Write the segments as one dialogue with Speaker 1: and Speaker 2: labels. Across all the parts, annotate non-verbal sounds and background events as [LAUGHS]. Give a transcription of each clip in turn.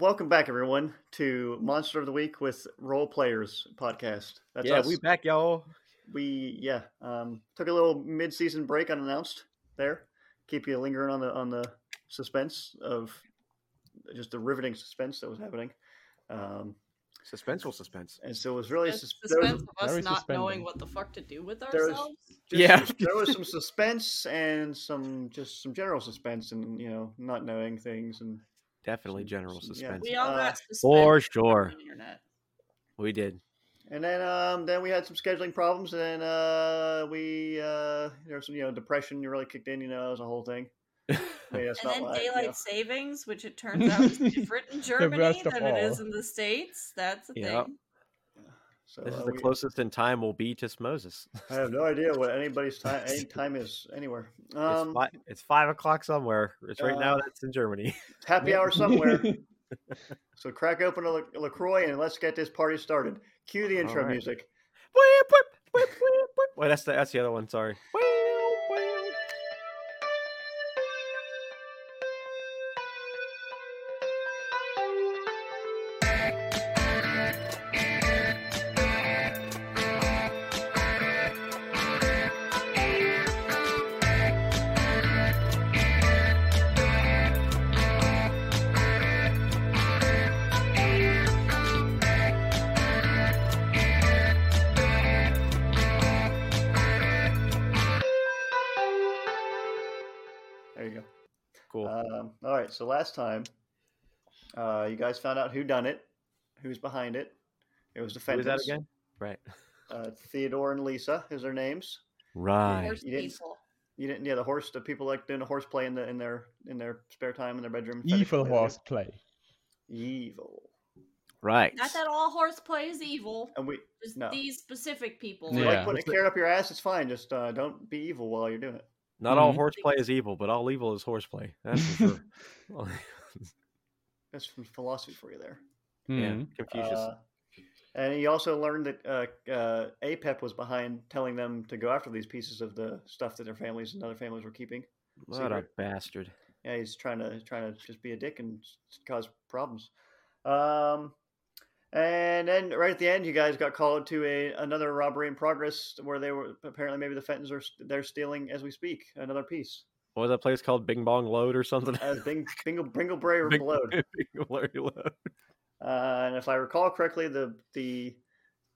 Speaker 1: Welcome back, everyone, to Monster of the Week with Role Players podcast. That's
Speaker 2: yeah,
Speaker 1: us.
Speaker 2: we back, y'all.
Speaker 1: We yeah um, took a little mid-season break unannounced. There, keep you lingering on the on the suspense of just the riveting suspense that was happening. Um,
Speaker 3: Suspenseful suspense.
Speaker 1: and so it was really
Speaker 4: That's
Speaker 1: sus-
Speaker 4: the
Speaker 1: there was-
Speaker 4: suspense of us
Speaker 2: very
Speaker 4: not
Speaker 2: suspending.
Speaker 4: knowing what the fuck to do with
Speaker 1: was-
Speaker 4: ourselves.
Speaker 1: just-
Speaker 2: Yeah.
Speaker 1: there was some [LAUGHS] suspense and some just some general suspense and you know not knowing things and
Speaker 3: Definitely
Speaker 1: Some-
Speaker 3: general
Speaker 1: some- yeah.
Speaker 3: suspense.
Speaker 4: we all
Speaker 1: Uh,
Speaker 4: got suspended
Speaker 3: For
Speaker 4: on
Speaker 3: sure.
Speaker 4: the internet.
Speaker 1: [LAUGHS]
Speaker 3: We did.
Speaker 1: And then, um, then we had some scheduling problems, and then uh, we uh, there was some, you know, depression really kicked in. You know, that was a whole thing.
Speaker 3: [LAUGHS]
Speaker 1: I mean, that's
Speaker 4: and
Speaker 1: not
Speaker 4: then
Speaker 1: why, you know.
Speaker 4: daylight savings, which it turns out
Speaker 2: [LAUGHS]
Speaker 4: is different in Germany
Speaker 2: best of
Speaker 4: than it is
Speaker 2: all.
Speaker 4: in the states. That's a
Speaker 3: Yep.
Speaker 4: thing.
Speaker 1: So,
Speaker 3: This
Speaker 1: uh,
Speaker 3: is the
Speaker 1: we-
Speaker 3: closest in time we'll be to Moses. [LAUGHS]
Speaker 1: I have no idea what anybody's time any time is anywhere.
Speaker 3: It's,
Speaker 1: Um,
Speaker 3: fi- it's five o'clock somewhere. It's right now.
Speaker 1: uh,
Speaker 3: That's
Speaker 1: [LAUGHS]
Speaker 3: in Germany. [LAUGHS]
Speaker 1: happy hour [LAUGHS]
Speaker 2: [LAUGHS]
Speaker 1: somewhere. so crack open a La- Lacroix and let's get this party started. Cue the intro
Speaker 3: Alright.
Speaker 1: music.
Speaker 3: Whip, whip, whip, whip, whip. Wait, that's the that's the other one. Sorry. Whip, whip.
Speaker 1: There you
Speaker 3: Cool.
Speaker 1: go. Um, all right. So last time, uh, you guys found out who done it, who's behind it. It was the
Speaker 3: Who is that
Speaker 1: Fentons.
Speaker 3: again? Right.
Speaker 1: Uh, Theodore and Lisa is their names.
Speaker 3: Right.
Speaker 4: Worst
Speaker 1: You didn't-
Speaker 4: people.
Speaker 1: You didn't, yeah. The horse, the people like doing a horse play in the in their in their spare time in their bedroom.
Speaker 2: Evil
Speaker 1: fetishism.
Speaker 2: E horse play.
Speaker 1: evil.
Speaker 3: Right.
Speaker 4: Not that all horseplay is evil.
Speaker 1: And we,
Speaker 4: Just
Speaker 1: No.
Speaker 4: these specific people.
Speaker 1: if you
Speaker 2: Yeah.
Speaker 1: like putting a carrot up your ass. It's fine. Just uh, don't be evil while you're doing it.
Speaker 3: Not all
Speaker 2: Mhm.
Speaker 3: horseplay is evil, but all evil is horseplay. That's for [LAUGHS] sure. Well,
Speaker 1: That's some philosophy for you there.
Speaker 3: yeah.
Speaker 2: Mhm.
Speaker 3: Confucius.
Speaker 1: Uh, and you also learned that uh, uh, Apep was behind telling them to go after these pieces of the stuff that their families and other families were keeping.
Speaker 3: what a
Speaker 1: secret.
Speaker 3: bastard.
Speaker 1: Yeah, he's trying to trying to just be a dick and s- cause problems. Um, and then right at the end, you guys got called to a another robbery in progress where they were apparently maybe the Fentons are s- they're stealing as we speak another piece.
Speaker 3: What was that place called? Bing Bong Load or something?
Speaker 1: Uh,
Speaker 3: [LAUGHS]
Speaker 1: Bing, Bingle Bringleberry
Speaker 3: Bing- [LAUGHS]
Speaker 1: Reload.
Speaker 3: Bing Bong Load.
Speaker 1: Uh, and if I recall correctly, the the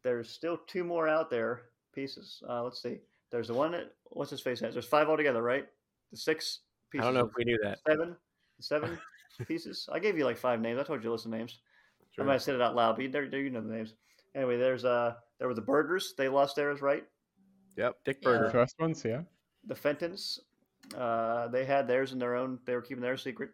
Speaker 1: there's still two more out there pieces. Uh, let's see. There's the one that what's his face has. There's five altogether, right? The six
Speaker 3: I
Speaker 1: pieces.
Speaker 3: don't know
Speaker 1: of-
Speaker 3: if we knew that.
Speaker 1: seven, seven [LAUGHS] pieces. I gave you like five names. I told you to list the names. I
Speaker 3: Sure.
Speaker 1: might have said it out loud, but you, there, there you know the names. Anyway, there's uh, there were the burgers. They lost theirs, right?
Speaker 3: Yep, Dick
Speaker 4: Yeah.
Speaker 2: The [LAUGHS]
Speaker 3: Burger.
Speaker 2: first ones, yeah.
Speaker 1: The Fentons, uh, they had theirs in their own. They were keeping theirs secret.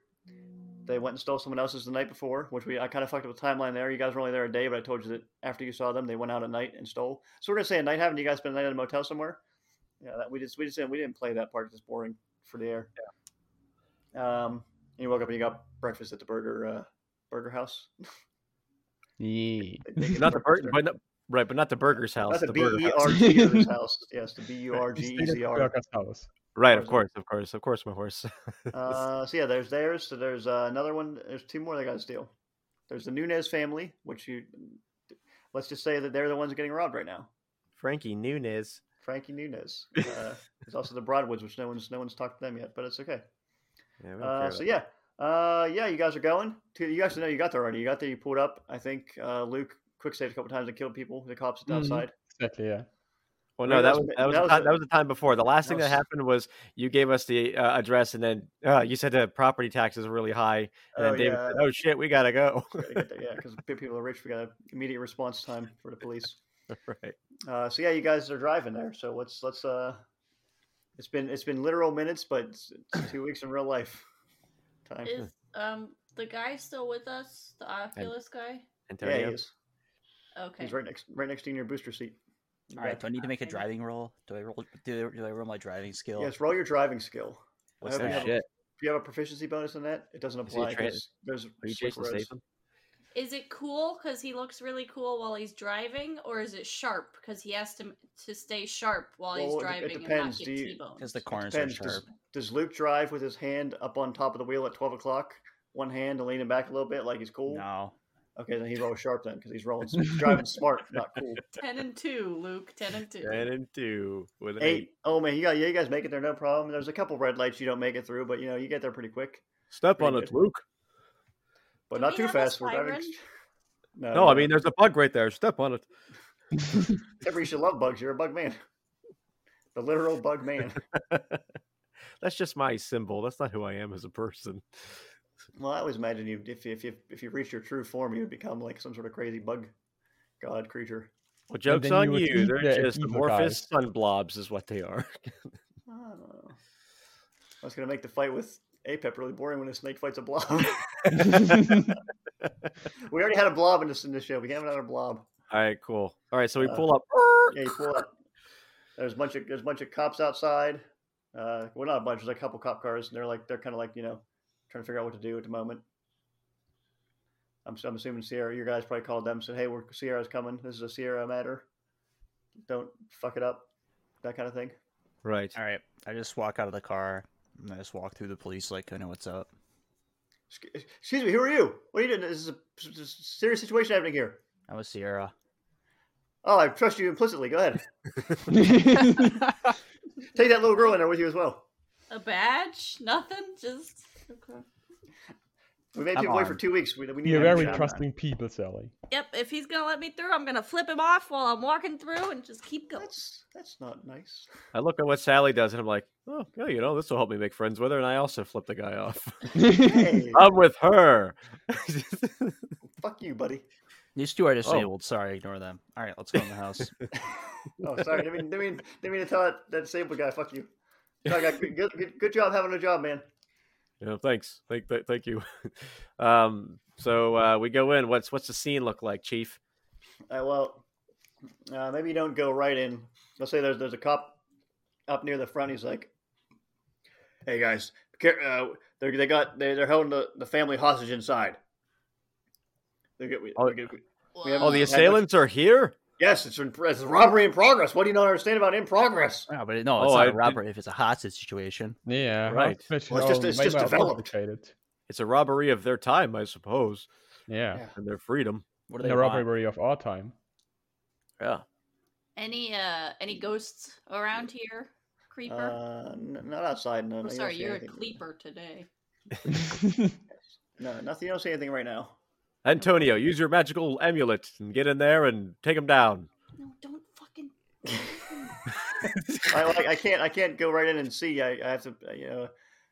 Speaker 1: They went and stole someone else's the night before, which we I kind of fucked up the timeline there. You guys were only there a day, but I told you that after you saw them, they went out at night and stole. So we're gonna say at night, haven't you guys spent a night at a motel somewhere? Yeah, that we just we just didn't we didn't play that part. 'cause It's boring for the air. Um, and you woke up and you got breakfast at the burger uh, burger house.
Speaker 2: Yeah.
Speaker 1: They- they get
Speaker 3: [LAUGHS] Not the
Speaker 1: breakfast
Speaker 3: burger,
Speaker 1: there.
Speaker 3: but not, right, but not the Burger's house.
Speaker 1: Not the
Speaker 3: the burger
Speaker 1: B E [LAUGHS]
Speaker 3: house.
Speaker 1: R G E
Speaker 3: [LAUGHS]
Speaker 1: R's house. Yes, the B U R
Speaker 2: We
Speaker 1: G
Speaker 2: stayed
Speaker 1: E
Speaker 2: at
Speaker 1: Z
Speaker 2: the
Speaker 1: R.
Speaker 2: Burger's house.
Speaker 3: Right, of
Speaker 1: Burger.
Speaker 3: course, of course, of course, my horse.
Speaker 1: Uh, so yeah, there's theirs. So there's uh, another one. There's two more they got to steal. There's the Nunez family, which you let's just say that they're the ones getting robbed right now.
Speaker 3: [LAUGHS] Frankie Nunez.
Speaker 1: Frankie Nunez.
Speaker 3: [LAUGHS]
Speaker 1: Uh, there's also the Broadwoods, which no one's no one's talked to them yet, but it's okay.
Speaker 3: Yeah, we don't care
Speaker 1: Uh, so
Speaker 3: about-
Speaker 1: yeah, uh, yeah, you guys are going. To, you guys know you got there already. You got there. You pulled up. I think uh, Luke quick saved a couple times and killed people. The cops
Speaker 3: Mm-hmm.
Speaker 2: Mhm.
Speaker 1: outside. [LAUGHS]
Speaker 2: Exactly, yeah.
Speaker 3: well,
Speaker 1: no,
Speaker 3: no, that
Speaker 1: that's
Speaker 3: was
Speaker 1: been-
Speaker 3: that was
Speaker 1: that
Speaker 3: the
Speaker 1: was
Speaker 3: time,
Speaker 1: a-
Speaker 3: that was the time before. The last
Speaker 1: that
Speaker 3: thing that
Speaker 1: was-
Speaker 3: happened was you gave us the uh, address, and then uh, you said the property tax is really high, and
Speaker 1: Oh
Speaker 3: then David
Speaker 1: yeah,
Speaker 3: said, "Oh shit, we gotta go." [LAUGHS]
Speaker 1: we gotta get there. yeah, because people are rich. We got immediate response time for the police.
Speaker 3: right.
Speaker 1: Uh, so yeah, you guys are driving there. So let's let's uh, it's been it's been literal minutes, but it's, it's two weeks in real life. [LAUGHS] Time.
Speaker 4: Is um the guy still with us? The Oculus guy?
Speaker 1: yeah, he
Speaker 3: Antonio.
Speaker 1: is.
Speaker 4: Okay.
Speaker 1: He's right next right next to you in your booster seat.
Speaker 5: All right. Do I need to make a
Speaker 4: Okay.
Speaker 5: driving roll? Do I roll? Do, do I roll my driving skill?
Speaker 1: Yes, roll your driving skill.
Speaker 5: What's
Speaker 1: I hope
Speaker 3: Oh,
Speaker 1: you
Speaker 5: that?
Speaker 1: have a-
Speaker 3: shit.
Speaker 1: If you have a proficiency bonus in that, it doesn't
Speaker 3: Is he a
Speaker 1: apply.
Speaker 3: trans-
Speaker 1: 'cause there's
Speaker 3: Are you
Speaker 1: slick
Speaker 3: Jason
Speaker 1: roads.
Speaker 3: Statham?
Speaker 4: Is it cool because he looks really cool while he's driving, or is it sharp because he has to to stay sharp while
Speaker 1: Well, it dep-
Speaker 4: he's
Speaker 1: it
Speaker 4: driving and
Speaker 1: depends.
Speaker 4: not
Speaker 1: Do
Speaker 4: get
Speaker 1: you-
Speaker 4: T-boned?
Speaker 5: Because the corners are
Speaker 1: Depends.
Speaker 5: sharp.
Speaker 1: Does, does Luke drive with his hand up on top of the wheel at twelve o'clock, one hand and leaning back a little bit like he's cool?
Speaker 5: No.
Speaker 1: Okay, then he rolls sharp then because he's
Speaker 3: [LAUGHS]
Speaker 1: rolling he's driving smart, not cool.
Speaker 4: 10 and 2, Luke. 10 and 2.
Speaker 3: Ten and two with an eight.
Speaker 1: Eight. Oh man, you got yeah, you guys make it there, no problem. There's a couple red lights you don't make it through, but you know you get there pretty quick,
Speaker 3: Step
Speaker 1: Pretty
Speaker 3: on it,
Speaker 1: good.
Speaker 3: Luke.
Speaker 1: but
Speaker 4: Do
Speaker 1: not
Speaker 4: we
Speaker 1: too
Speaker 4: have a
Speaker 1: fast. We're driving. [LAUGHS]
Speaker 4: siren?
Speaker 1: Uh,
Speaker 3: No, I mean there's a bug right there. Step on it.
Speaker 1: Every you should love bugs. You're a bug man. [LAUGHS] The literal bug
Speaker 3: [LAUGHS]
Speaker 1: man.
Speaker 3: That's just my symbol. That's not who I am as a person.
Speaker 1: Well, I always imagine you if you- if you if you reach your true form, you would become like some sort of crazy bug god creature.
Speaker 3: Well, jokes
Speaker 2: then
Speaker 3: on
Speaker 2: you
Speaker 3: you.
Speaker 2: would eat
Speaker 3: They're
Speaker 2: the
Speaker 3: just
Speaker 2: evil
Speaker 3: amorphous
Speaker 2: guys.
Speaker 3: sun blobs, is what they are. [LAUGHS]
Speaker 1: I don't know. I was gonna make the fight with Apep really boring when a snake fights a blob. [LAUGHS] we already had a blob in this in this show. We haven't had a blob.
Speaker 3: All right, cool. All right, so we
Speaker 1: Uh,
Speaker 3: pull up.
Speaker 1: Yeah, you pull up. There's a bunch of there's a bunch of cops outside. Uh, well, not a bunch. There's a couple cop cars, and they're like they're kind of like you know trying to figure out what to do at the moment. I'm, I'm assuming Sierra, your guys probably called them and said, "Hey, we're Sierra's coming. This is a Sierra matter. Don't fuck it up." That kind of thing.
Speaker 3: Right.
Speaker 5: All right. I just walk out of the car. And I just walk through the police like I know what's up.
Speaker 1: Excu- Excuse me, who are you? What are you doing? This is a s- s- serious situation happening here.
Speaker 5: I was Sierra.
Speaker 1: Oh, I trust you implicitly. Go ahead. Take that little girl in there with you as well.
Speaker 4: A badge? Nothing? Just. Okay.
Speaker 1: We made
Speaker 5: I'm
Speaker 1: people wait for
Speaker 5: armed.
Speaker 1: two weeks. We, we need
Speaker 2: You're
Speaker 1: to have a
Speaker 2: very
Speaker 1: shot.
Speaker 2: trusting
Speaker 1: [LAUGHS]
Speaker 2: people, Sally.
Speaker 4: Yep, if he's gonna let me through, I'm gonna flip him off while I'm walking through and just keep going.
Speaker 1: That's that's not nice.
Speaker 3: I look at what Sally does, and I'm like, oh, yeah, you know, this will help me make friends with her. And I also flip the guy off.
Speaker 1: Hey,
Speaker 3: I'm with her. [LAUGHS]
Speaker 1: fuck you, buddy.
Speaker 5: These two are disabled. Sorry, ignore them. All right, let's go in
Speaker 1: [LAUGHS]
Speaker 5: the house.
Speaker 1: Oh, sorry. Didn't mean, didn't mean, didn't mean to tell that, that disabled guy. Fuck you. No, guy, good, good, good- good job having a job, man.
Speaker 3: yeah, thanks. Thank, th- thank you. [LAUGHS] um, so uh, we go in. What's what's the scene look like, Chief?
Speaker 1: Uh, well, uh, maybe you don't go right in. Let's say there's there's a cop up near the front. He's like, "Hey guys, care, uh, they're, they got they, they're holding the, the family hostage inside." They get, we,
Speaker 3: Oh,
Speaker 1: we get- we- have-
Speaker 3: Oh, the
Speaker 1: Yeah, but-
Speaker 3: assailants are here.
Speaker 1: yes, it's, in, it's robbery in progress. What do you not understand about in progress?
Speaker 5: No, but no,
Speaker 3: Oh,
Speaker 5: it's not
Speaker 3: I
Speaker 5: a
Speaker 3: did-
Speaker 5: robbery if it's a hostage situation.
Speaker 2: Yeah,
Speaker 3: Right.
Speaker 2: Especially
Speaker 1: Well, it's just- it's just developed.
Speaker 3: It's a robbery of their time, I suppose,
Speaker 2: Yeah,
Speaker 1: Yeah.
Speaker 3: and their freedom.
Speaker 5: What do
Speaker 2: and
Speaker 5: they
Speaker 2: a
Speaker 5: want?
Speaker 2: robbery of our time.
Speaker 1: [LAUGHS]
Speaker 3: Yeah.
Speaker 4: Any uh any ghosts around here? Creeper?
Speaker 1: Uh, n- not outside. No, no, you
Speaker 4: I'm
Speaker 1: don't
Speaker 4: sorry,
Speaker 1: see
Speaker 4: you're a
Speaker 1: anything.
Speaker 4: creeper today.
Speaker 1: No, nothing. You don't see anything right now.
Speaker 3: Antonio, use your magical amulet and get in there and take him down.
Speaker 4: No, don't fucking
Speaker 1: I like I can't I can't go right in and see. I, I have to you know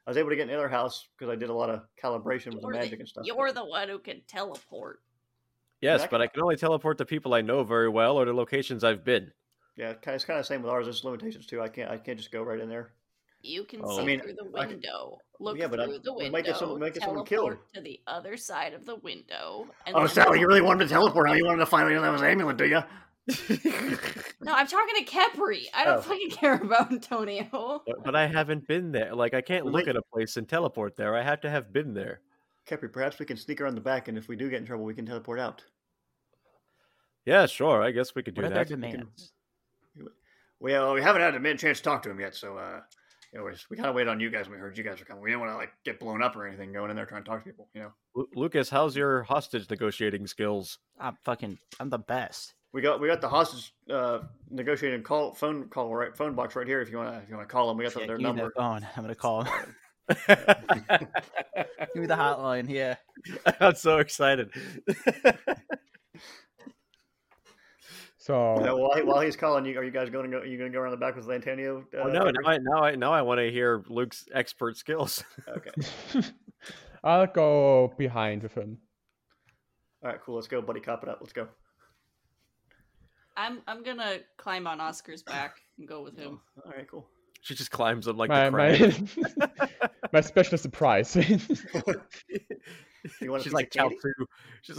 Speaker 1: I was able to get in the other house because I did a lot of calibration with the
Speaker 4: You're the-
Speaker 1: magic and stuff.
Speaker 4: You're the one who can teleport.
Speaker 3: Yes,
Speaker 1: I
Speaker 3: but I can only teleport to people I know very well or to locations I've been.
Speaker 1: Yeah, ki- it's kind of the same with ours. There's limitations too. I can't I can't just go right in there.
Speaker 4: You can
Speaker 3: Oh.
Speaker 4: see
Speaker 3: I
Speaker 1: mean,
Speaker 4: through the
Speaker 1: I can-
Speaker 4: window. Look
Speaker 1: yeah, but I-
Speaker 4: through the
Speaker 1: we
Speaker 4: window.
Speaker 1: might get someone- we might get someone
Speaker 4: teleport
Speaker 1: killed.
Speaker 4: to the other side of the window. And
Speaker 1: Oh,
Speaker 4: then-
Speaker 1: Sally, you really wanted to teleport? Now you wanted to find out that was an amulet, do
Speaker 4: [LAUGHS]
Speaker 1: you?
Speaker 4: No, I'm talking to Kepri. I don't
Speaker 1: Oh.
Speaker 4: fucking [LAUGHS] care about Antonio.
Speaker 3: But- But I haven't been there. Like I can't
Speaker 1: Well,
Speaker 3: look
Speaker 1: they-
Speaker 3: at a place and teleport there. I have to have been there.
Speaker 1: Kepri, perhaps we can sneak around the back, and if we do get in trouble, we can teleport out.
Speaker 3: Yeah, sure. I guess we could do
Speaker 5: What are their
Speaker 3: that.
Speaker 5: demands?
Speaker 1: Well, we haven't had a min- chance to talk to him yet, so uh, you know, we, we kind of waited on you guys. when We heard you guys were coming. We didn't want to like get blown up or anything going in there trying to talk to people. You know,
Speaker 3: Lu- Lucas, how's your hostage
Speaker 1: [LAUGHS]
Speaker 3: negotiating skills? [LAUGHS]
Speaker 5: I'm fucking. I'm the best.
Speaker 1: we got we got the hostage uh, negotiating call phone call right phone box right here. If you want to if you want to call them, we got
Speaker 5: Yeah,
Speaker 1: their
Speaker 5: give me that
Speaker 1: number.
Speaker 5: phone. [LAUGHS] I'm gonna call him.
Speaker 3: I'm
Speaker 1: [LAUGHS]
Speaker 5: give me the hotline. Yeah.
Speaker 3: so excited.
Speaker 1: Uh,
Speaker 2: so
Speaker 1: Yeah, while, he- while he's calling you, are you guys going to go? Are you going to go around the back with Antonio? Uh,
Speaker 3: oh, no,
Speaker 1: Kepri?
Speaker 3: now I now I, now I want to hear Luke's expert skills. [LAUGHS]
Speaker 1: Okay.
Speaker 2: [LAUGHS] I'll go behind with him.
Speaker 1: All right, cool. Let's go, buddy. Cop it up. Let's go.
Speaker 4: I'm I'm gonna climb on Oscar's back and go
Speaker 1: [LAUGHS]
Speaker 4: with him.
Speaker 1: All right, cool.
Speaker 3: she just climbs up like
Speaker 2: my,
Speaker 3: the crab.
Speaker 2: [LAUGHS] my, [LAUGHS] my special surprise. [LAUGHS]
Speaker 1: You
Speaker 5: [LAUGHS]
Speaker 1: want a
Speaker 3: She's
Speaker 1: piece
Speaker 3: like
Speaker 1: of candy?
Speaker 3: Chao too. She's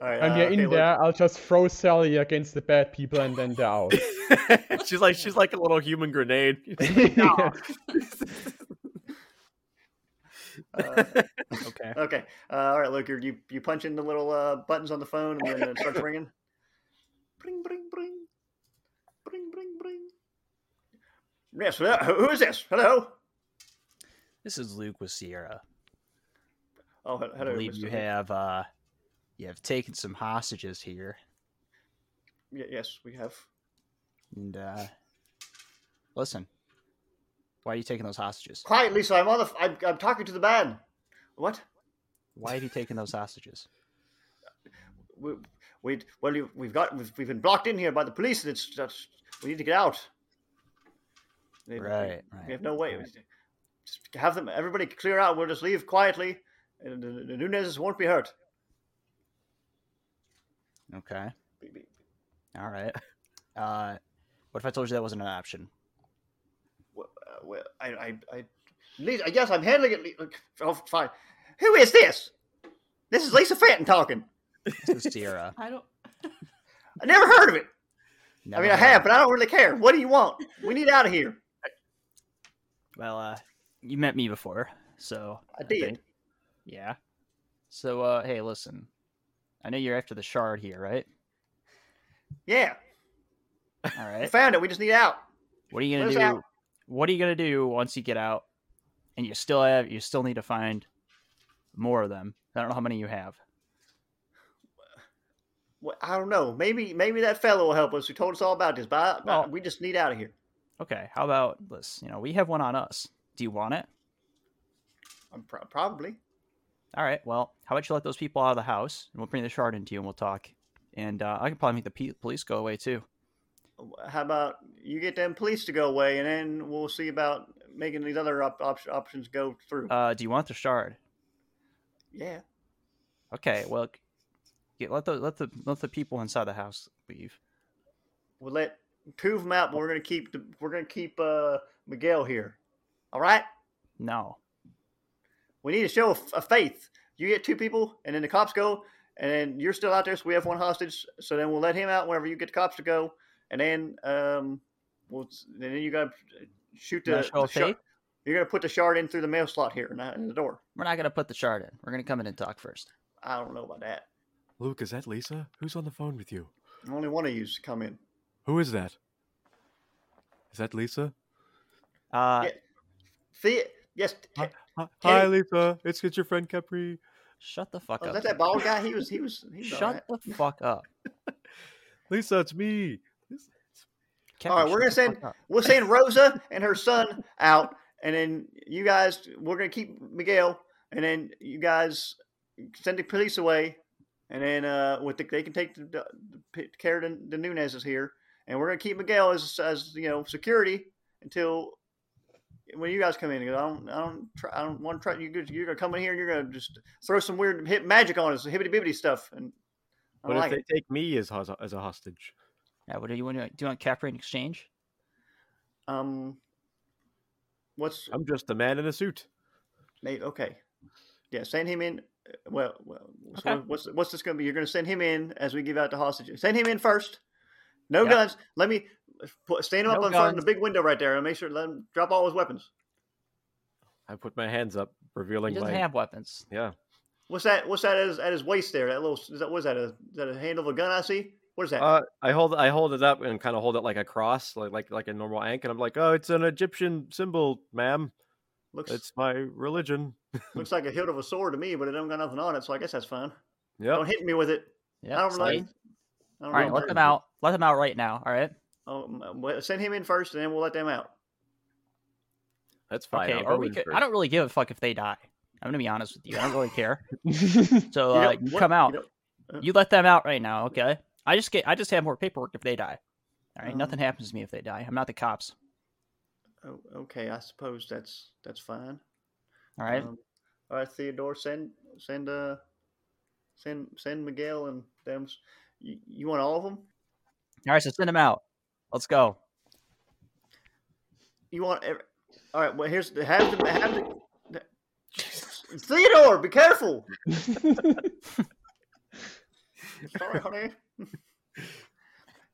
Speaker 1: All right,
Speaker 2: when
Speaker 1: uh,
Speaker 2: we are
Speaker 1: okay,
Speaker 2: in
Speaker 1: Luke-
Speaker 2: there, I'll just throw Sally against the bad people and then
Speaker 1: [LAUGHS]
Speaker 2: they're
Speaker 5: [LAUGHS]
Speaker 2: out.
Speaker 3: she's [LAUGHS] like she's like a little human grenade.
Speaker 1: Uh,
Speaker 3: [LAUGHS]
Speaker 5: Okay.
Speaker 1: okay. Uh, all right, Luke. You're, you you punch in the little uh, buttons on the phone, and then it
Speaker 5: [LAUGHS]
Speaker 1: starts ringing. Bring, bring, bring, bring, bring, bring. Yes. Hello? Who who is this? Hello.
Speaker 5: This is Luke with Sierra.
Speaker 1: Oh, he-
Speaker 5: I
Speaker 1: hello,
Speaker 5: believe
Speaker 1: Mr.
Speaker 5: you
Speaker 1: Hick.
Speaker 5: have uh, you have taken some hostages here,
Speaker 1: Ye- yes, we have.
Speaker 5: and uh, listen, why are you taking those hostages?
Speaker 1: Quiet, Lisa. I'm on the. f- I'm, I'm talking to the man. What?
Speaker 5: Why have you taken those hostages?
Speaker 1: We, we well, you, we've got we've, we've been blocked in here by the police, and it's just, we need to get out. They-
Speaker 5: Right,
Speaker 1: We
Speaker 5: right.
Speaker 1: have no way.
Speaker 5: Right.
Speaker 1: Just have them. Everybody clear out. We'll just leave quietly, and the, the Nunez won't be hurt.
Speaker 5: Okay, all right. Uh, what if I told you that wasn't an option?
Speaker 1: Well, uh, well, I, I, I, Lisa, yes, I'm handling it. Li- Oh, fine. Who is this? This is Lisa Fenton talking.
Speaker 5: This is Sierra.
Speaker 4: [LAUGHS] I don't.
Speaker 1: I never heard of it. I
Speaker 5: Never
Speaker 1: mean, I
Speaker 5: heard of
Speaker 1: have,
Speaker 5: it.
Speaker 1: but I don't really care. What do you want? We need out of here.
Speaker 5: Well, uh, you met me before, so
Speaker 1: I did.
Speaker 5: think- yeah. So, uh, hey, listen, I know you're after the shard here, right?
Speaker 1: Yeah,
Speaker 5: All
Speaker 1: we
Speaker 5: right.
Speaker 1: found it. We just need out.
Speaker 5: What are you gonna
Speaker 1: Where's
Speaker 5: do?
Speaker 1: Al?
Speaker 5: What are you gonna do once you get out? And you still have you still need to find more of them. I don't know how many you have.
Speaker 1: Well, I don't know. Maybe, maybe that fellow will help us who told us all about this. But I, I-
Speaker 5: Well-
Speaker 1: we just need out of here.
Speaker 5: Okay, how about this? You know, we have one on us. Do you want it?
Speaker 1: I'm pro- probably.
Speaker 5: All right. Well, how about you let those people out of the house, and we'll bring the shard into you, and we'll talk. And uh, I can probably make the pe- police go away too.
Speaker 1: How about you get them police to go away, and then we'll see about making these other op- op- options go through.
Speaker 5: Uh, do you want the shard?
Speaker 1: yeah.
Speaker 5: Okay. Well, c- get, let the let the let the people inside the house leave.
Speaker 1: We'll let two of them out, but we're gonna keep the, we're gonna keep uh, Miguel here. All right.
Speaker 5: No.
Speaker 1: We need to show of, of faith. You get two people, and then the cops go, and then you're still out there, so we have one hostage. So then we'll let him out whenever you get the cops to go, and then um, we'll and then you gotta shoot the,
Speaker 5: Not a show
Speaker 1: the
Speaker 5: of
Speaker 1: shard-
Speaker 5: faith?
Speaker 1: You're gonna put the shard in through the mail slot here, not in the door.
Speaker 5: We're not gonna put the shard in. We're gonna come in and talk first.
Speaker 1: I don't know about that.
Speaker 3: Luke, is that Lisa? Who's on the phone with you?
Speaker 1: Only one of you's come in.
Speaker 3: Who is that? Is that Lisa?
Speaker 5: Uh,
Speaker 1: Yeah. See, yes. eh,
Speaker 3: Huh? Hi,
Speaker 1: Hey.
Speaker 3: hi, Lisa. It's it's your friend Capri.
Speaker 5: shut the fuck
Speaker 1: Oh, is
Speaker 5: up.
Speaker 1: that that bald guy? He was. He was. He was all right.
Speaker 5: Shut the fuck up.
Speaker 3: Lisa, it's me.
Speaker 5: Kevin,
Speaker 1: right, we're
Speaker 5: shut
Speaker 1: gonna
Speaker 5: the fuck up.
Speaker 1: We'll send Rosa and her son out, and then you guys, we're gonna keep Miguel, and then you guys send the police away, and then uh, with the, they can take the, the, the care of the, the Nunez's here, and we're gonna keep Miguel as as you know security until when you guys come in. 'cause I don't, I don't, try, I don't want to try. You, guys- you're gonna come in here and you're gonna just throw some weird hip magic on us, hibbity bibbity stuff, and I
Speaker 3: What
Speaker 1: don't
Speaker 3: if
Speaker 1: like it.
Speaker 3: they take me as hos- as a hostage?
Speaker 5: Yeah, what do you want? To, do you want Capri in exchange?
Speaker 1: Um, what's
Speaker 3: I'm just a man in a suit.
Speaker 1: Nate, okay. Yeah, send him in. uh, Well, well so
Speaker 5: Okay.
Speaker 1: what's what's this going to be? You're going to send him in as we give out the hostages. Send him in first. No
Speaker 5: Yep.
Speaker 1: guns. Let me put, stand him
Speaker 5: No
Speaker 1: up in front of
Speaker 5: guns.
Speaker 1: the big window right there and make sure let him drop all his weapons.
Speaker 3: I put my hands up,
Speaker 5: he
Speaker 3: revealing
Speaker 5: doesn't
Speaker 3: my.
Speaker 5: have weapons.
Speaker 1: What's that? What's that at his, at his waist there? That little is that was that a is that a handle of a gun? I see. What is that?
Speaker 3: [LAUGHS] Uh, I hold I hold it up and kind of hold it like a cross, like like like a normal ank, and I'm like, oh, it's an Egyptian symbol, ma'am.
Speaker 1: looks
Speaker 3: It's my religion.
Speaker 1: looks like a hilt of a sword to me, but it don't got nothing on it, so I guess that's fine.
Speaker 3: Yeah.
Speaker 1: Don't hit me with it.
Speaker 5: Yeah.
Speaker 1: I don't
Speaker 5: so-
Speaker 1: like. I
Speaker 5: All
Speaker 1: don't
Speaker 5: right,
Speaker 1: know.
Speaker 5: let them out. Let them out right now. All right.
Speaker 1: Oh, m- well, send him in first, and then we'll let them out.
Speaker 3: That's fine.
Speaker 5: Okay.
Speaker 3: I'll
Speaker 5: Or
Speaker 3: go
Speaker 5: we
Speaker 3: in
Speaker 5: could.
Speaker 3: first.
Speaker 5: I don't really give a fuck if they die. I'm gonna be honest with you. I don't really care.
Speaker 3: [LAUGHS]
Speaker 1: You
Speaker 5: So uh,
Speaker 1: know,
Speaker 5: you
Speaker 1: what-
Speaker 5: come
Speaker 1: you
Speaker 5: out.
Speaker 1: know, uh,
Speaker 5: You let them out right now. Okay. I just get. I just have more paperwork if they die. All right.
Speaker 1: Um,
Speaker 5: Nothing happens to me if they die. I'm not the cops.
Speaker 1: Oh, okay, I suppose that's that's fine.
Speaker 5: All right.
Speaker 1: Um, all right, Theodore, send send uh send send Miguel and them. s- You, you want all of them?
Speaker 5: All right. So send them out. Let's go.
Speaker 1: You want? Every, all right. Well, here's the have the have the. the- Theodore, be
Speaker 5: [LAUGHS]
Speaker 1: careful! Sorry, honey.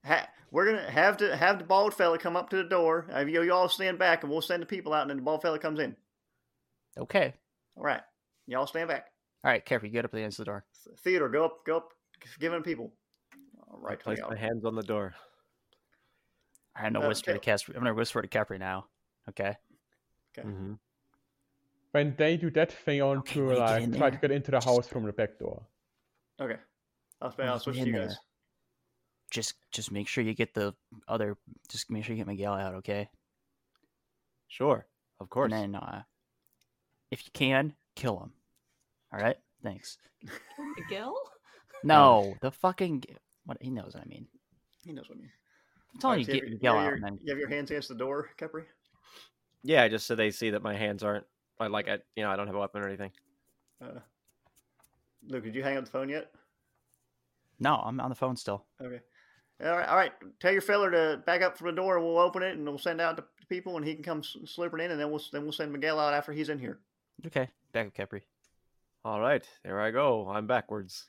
Speaker 1: ha, we're gonna have to have the bald fella come up to the door. Have you, you all stand back, and we'll send the people out, and then the bald fella comes in.
Speaker 5: Okay.
Speaker 1: All right, y'all stand back.
Speaker 5: All right. Careful. You get up to the end of the door.
Speaker 1: Theodore, go up, go up, give him people. All
Speaker 3: I
Speaker 1: right,
Speaker 3: place
Speaker 1: y'all.
Speaker 3: my hands on the door.
Speaker 5: All right. I'm gonna
Speaker 1: Uh,
Speaker 5: whisper to
Speaker 1: okay.
Speaker 3: Mm-hmm.
Speaker 5: Capri. I'm gonna whisper to Capri now. Okay.
Speaker 1: Okay.
Speaker 3: Mhm.
Speaker 2: when they do that thing, I want
Speaker 5: Okay,
Speaker 2: to
Speaker 5: when you get
Speaker 2: like
Speaker 5: in
Speaker 2: try to
Speaker 5: there,
Speaker 2: get into the
Speaker 5: just-
Speaker 2: house from the back door.
Speaker 1: Okay. I'll, sp-
Speaker 5: Well,
Speaker 1: I'll
Speaker 5: it's
Speaker 1: switch
Speaker 5: in
Speaker 1: to you
Speaker 5: there.
Speaker 1: guys.
Speaker 5: Just just make sure you get the other. Just make sure you get Miguel out, okay?
Speaker 3: Sure, of course.
Speaker 5: And then, uh, if you can, kill him. All right. Thanks.
Speaker 4: Miguel?
Speaker 5: No, the fucking what he knows what I mean.
Speaker 1: He knows what I mean.
Speaker 5: I'm telling
Speaker 1: Alright,
Speaker 5: you,
Speaker 1: so
Speaker 5: get
Speaker 1: have
Speaker 5: Miguel
Speaker 1: your-
Speaker 5: out,
Speaker 1: your-
Speaker 5: and then
Speaker 1: you have your hands against the door, Capri?
Speaker 3: Yeah, just so they see that my hands aren't. I like I you know I don't have a weapon or anything.
Speaker 1: Uh, Luke, did you hang up the phone yet?
Speaker 5: no, I'm on the phone still.
Speaker 1: Okay. All right, all right. Tell your feller to back up from the door, and we'll open it, and we'll send out to to people, and he can come s- slipping in, and then we'll s- then we'll send Miguel out after he's in here.
Speaker 5: Okay, back up, Capri.
Speaker 3: All right, there I go. I'm backwards.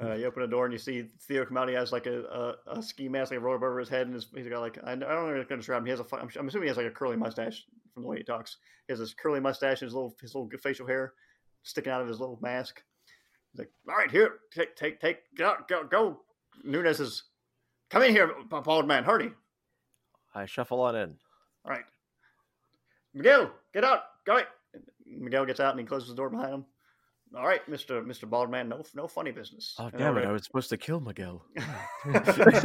Speaker 1: Uh, you open the door, and you see Theo come out. He has like a, a, a ski mask, like a robe over his head, and his, he's got like I don't know how to describe him. He has a fu- I'm, su- I'm assuming he has like a curly mustache from the way he talks. He has this curly mustache and his little his little facial hair sticking out of his little mask. He's like, all right, here, take take take go go go. Nunez is come in here, b- bald man, hurry.
Speaker 3: I shuffle on in.
Speaker 1: All right. Miguel, get out. Go away. Miguel gets out and he closes the door behind him. All right, Mr. Mr. Baldman, no no funny business.
Speaker 3: Oh
Speaker 1: And
Speaker 3: damn it!
Speaker 1: over-
Speaker 3: I was supposed to kill [LAUGHS] Miguel.
Speaker 1: [LAUGHS]
Speaker 3: [LAUGHS]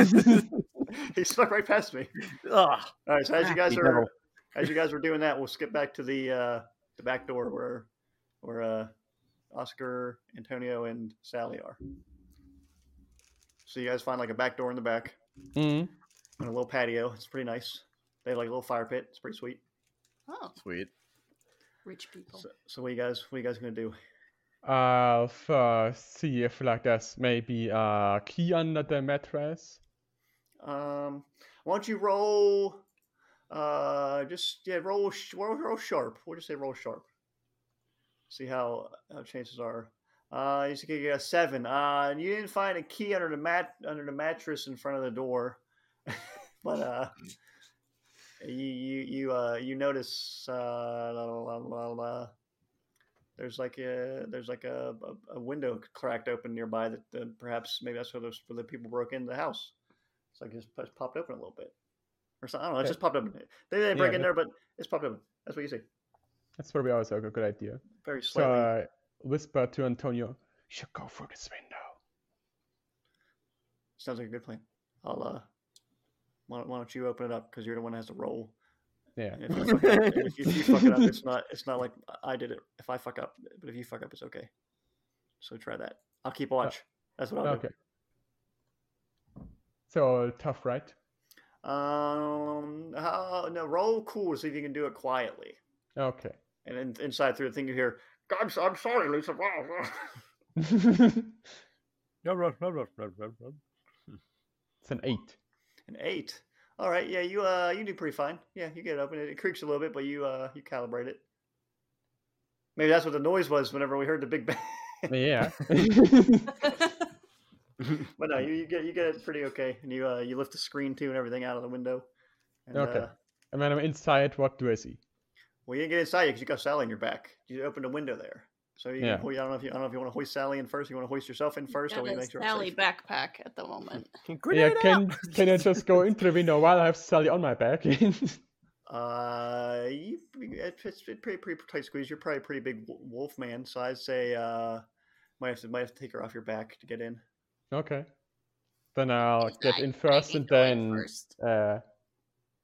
Speaker 1: he snuck right past me.
Speaker 3: Ugh.
Speaker 1: All right, so as you
Speaker 5: Crap,
Speaker 1: guys
Speaker 5: you
Speaker 1: are
Speaker 5: devil.
Speaker 1: as you guys were doing that, we'll skip back to the uh the back door where where uh Oscar, Antonio, and Sally are. So you guys find like a back door in the back Mm-hmm.
Speaker 2: Mm.
Speaker 1: and a little patio. It's pretty nice. They have like a little fire pit. It's pretty sweet.
Speaker 4: Oh,
Speaker 3: Sweet.
Speaker 4: rich people. [LAUGHS]
Speaker 1: So, [LAUGHS] so what you guys what you guys gonna do?
Speaker 2: I'll first see if like there's maybe a key under the mattress.
Speaker 1: Um, why don't you roll? Uh, just yeah, roll sh- roll, roll sharp. We'll just say roll sharp. See how how chances are. Uh, you get a seven. Uh, and you didn't find a key under the mat under the mattress in front of the door, [LAUGHS] but uh, you you you uh you notice uh la, la, la, la, la. there's like a there's like a, a, a window cracked open nearby that uh, perhaps maybe that's where those where the people broke into the house. It's like it's just popped open a little bit, or something. I don't know. It's
Speaker 2: Yeah.
Speaker 1: just popped open. They didn't break
Speaker 2: Yeah,
Speaker 1: in
Speaker 2: that-
Speaker 1: there, but it's popped open. That's what you see.
Speaker 2: That's probably also a good idea.
Speaker 1: Very
Speaker 2: So
Speaker 1: slightly.
Speaker 2: I whisper to Antonio, "You should go through this window."
Speaker 1: Sounds like a good plan. I'll uh, why don't, why don't you open it up because you're the one that has to roll.
Speaker 2: Yeah.
Speaker 1: And If you, fuck up, if you- if you fuck it up, it's not. It's not like I did it. If I fuck up, but if you fuck up, it's okay. So try that. I'll keep watch. That's what I'll
Speaker 2: Okay. So tough, right?
Speaker 1: do. Um, how, no, roll cool to see if you can do it quietly.
Speaker 2: Okay. [LAUGHS]
Speaker 1: And in, inside through the thing, you hear, "God, I'm sorry, Lisa." [LAUGHS]
Speaker 2: it's an eight.
Speaker 1: An eight. All right. Yeah, you uh, you do pretty fine. Yeah, you get it open. It, it creaks a little bit, but you uh, you calibrate it. Maybe that's what the noise was whenever we heard the
Speaker 2: [LAUGHS]
Speaker 1: big bang. [LAUGHS]
Speaker 2: Yeah.
Speaker 1: but no, you, you get you get it pretty okay, and you uh, you lift the screen too and everything out of the window. And,
Speaker 2: Okay.
Speaker 1: Uh,
Speaker 2: and when I'm inside, what do I see?
Speaker 1: well, you didn't get inside because you got Sally in your back. You opened a window there, so you
Speaker 2: Yeah.
Speaker 1: can, hoi- I don't know if you I don't know if you want to hoist Sally in first. You want to hoist yourself in first, or
Speaker 4: Got
Speaker 1: we
Speaker 4: a
Speaker 1: make sure. it's
Speaker 4: Sally
Speaker 1: safe?
Speaker 4: backpack at
Speaker 1: [LAUGHS]
Speaker 4: the moment.
Speaker 2: yeah, can can I just go into the window while I have Sally on my back? [LAUGHS]
Speaker 1: Uh, you, it's, it's a pretty pretty tight squeeze. You're probably a pretty big wo- wolf man, so I'd say uh, might have to might have to take her off your back to get in.
Speaker 2: okay. Then
Speaker 1: Oh,
Speaker 2: I'll get
Speaker 4: I-
Speaker 2: in
Speaker 4: I
Speaker 2: first
Speaker 4: can
Speaker 2: and
Speaker 4: go in
Speaker 2: then
Speaker 4: first.
Speaker 2: Uh,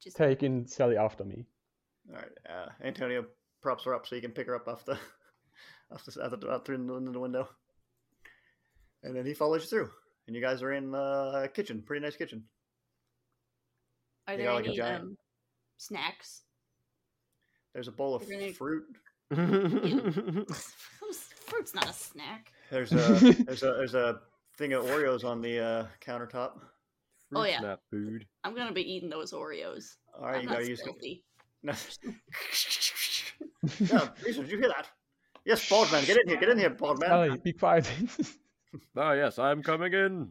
Speaker 4: Just-
Speaker 2: take in Sally after me.
Speaker 1: All right, uh, Antonio props her up so you can pick her up off the [LAUGHS] off the out, the, out through the, the window, and then he follows you through, and you guys are in uh, kitchen, pretty nice kitchen.
Speaker 4: Are
Speaker 1: You
Speaker 4: there
Speaker 1: got, like, a
Speaker 4: any
Speaker 1: giant-
Speaker 4: um, snacks? [LAUGHS]
Speaker 1: There's a bowl of
Speaker 4: You're gonna-
Speaker 1: fruit.
Speaker 4: Fruit's not a snack.
Speaker 1: There's
Speaker 2: [LAUGHS]
Speaker 1: a there's a there's a thing of Oreos on the uh, countertop.
Speaker 4: Oh, yeah.
Speaker 3: Not food.
Speaker 4: I'm gonna be eating those Oreos.
Speaker 1: All right,
Speaker 4: I'm
Speaker 1: you
Speaker 4: not
Speaker 1: gotta use.
Speaker 4: stealthy.
Speaker 1: No. [LAUGHS] yeah, Jason, did you hear that? Yes, bald man, get in here, get in here, bald man.
Speaker 2: Sally, be quiet. [LAUGHS]
Speaker 3: Ah, yes, I'm coming in.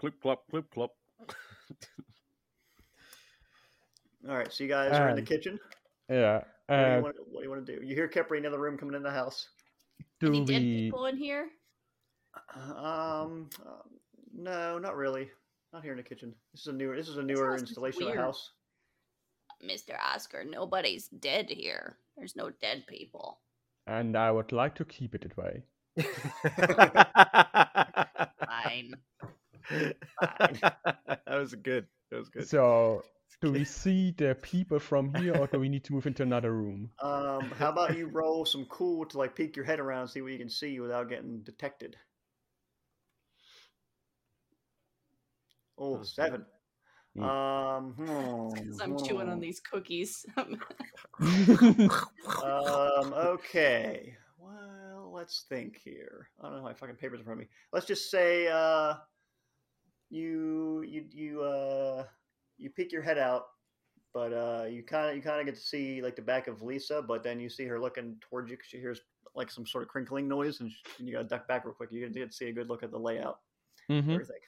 Speaker 3: Clip clop, clip [LAUGHS] clop.
Speaker 1: All right, so you guys are in the
Speaker 2: Um,
Speaker 1: kitchen.
Speaker 2: yeah.
Speaker 1: What do,
Speaker 2: Uh,
Speaker 1: you want, what do you want to do? You hear Kepri in the other room coming in the house.
Speaker 2: do
Speaker 4: Any dead
Speaker 2: we?
Speaker 4: people in here?
Speaker 1: Um, uh, no, not really. Not here in the kitchen. This is a newer. This is a newer
Speaker 4: house is
Speaker 1: installation of the
Speaker 4: weird.
Speaker 1: house.
Speaker 4: Mr. Oscar, nobody's dead here. There's no dead people.
Speaker 2: and I would like to keep it that way.
Speaker 1: [LAUGHS]
Speaker 4: Fine.
Speaker 3: that was good. That was good.
Speaker 2: So,
Speaker 1: [LAUGHS]
Speaker 2: do we see the people from here, or do we need to move into another
Speaker 1: [LAUGHS]
Speaker 2: room?
Speaker 1: Um, how about you roll some cool to like peek your head around, and see what you can see without getting detected. Oh,
Speaker 3: That's
Speaker 1: seven.
Speaker 2: Mm.
Speaker 1: Um,
Speaker 4: Because [LAUGHS]
Speaker 1: hmm,
Speaker 4: I'm chewing on
Speaker 1: hmm.
Speaker 4: these cookies. [LAUGHS]
Speaker 1: Um, okay. Well, let's think here. I don't know my fucking papers in front of me. Let's just say uh, you you you uh, you peek your head out, but uh, you kind of you kind of get to see like the back of Lisa, but then you see her looking towards you because she hears like some sort of crinkling noise, and, sh you got to duck back real quick. You did see a good look at the layout, and
Speaker 2: Mhm.
Speaker 1: everything.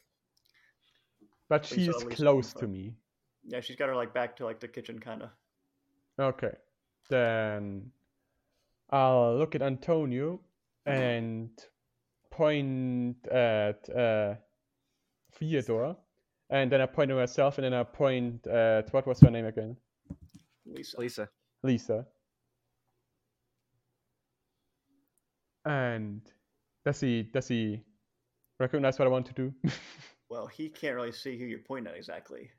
Speaker 2: But
Speaker 1: So
Speaker 2: she
Speaker 1: you saw
Speaker 2: is
Speaker 1: Lisa on
Speaker 2: close
Speaker 1: the
Speaker 2: to
Speaker 1: phone.
Speaker 2: me.
Speaker 1: Yeah, she's got her like back to like the kitchen kind of.
Speaker 2: Okay. Then I'll look at Antonio and point at uh, Theodore. And then I point at myself, and then I point at what was her name again?
Speaker 1: Lisa.
Speaker 3: Lisa.
Speaker 2: Lisa. And does he does he recognize what I want to do? [LAUGHS]
Speaker 1: Well, he can't really see who you're pointing at exactly.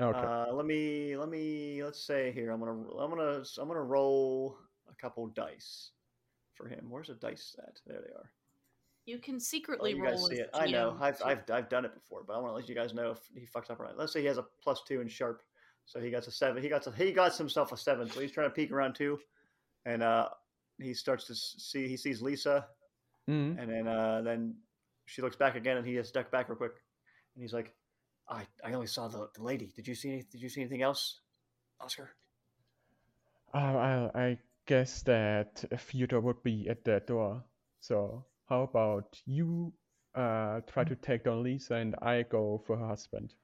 Speaker 2: okay.
Speaker 1: Uh, let me let me let's say here. I'm gonna I'm gonna I'm gonna roll a couple dice for him. Where's the dice at? There they are.
Speaker 4: you can
Speaker 1: Oh,
Speaker 4: secretly
Speaker 1: you
Speaker 4: roll
Speaker 1: guys see
Speaker 4: as
Speaker 1: it. I know.
Speaker 4: GM.
Speaker 1: I've,
Speaker 2: [LAUGHS]
Speaker 1: I've I've done it before, but I want to let you guys know if he fucks up or not. Let's say he has a plus two in sharp, so he gets a seven. He got he got himself a seven, so he's trying to peek around two, and uh, he starts to s- see he sees Lisa,
Speaker 2: Mhm.
Speaker 1: and then uh, then she looks back again, and he has ducked back real quick, and he's like, "I I only saw the, the lady. Did you see any, Did you see anything else, Oscar?"
Speaker 2: Uh, I, I guess that Theodore would be at the door. So how about you uh, try to take down Lisa and I go for her husband?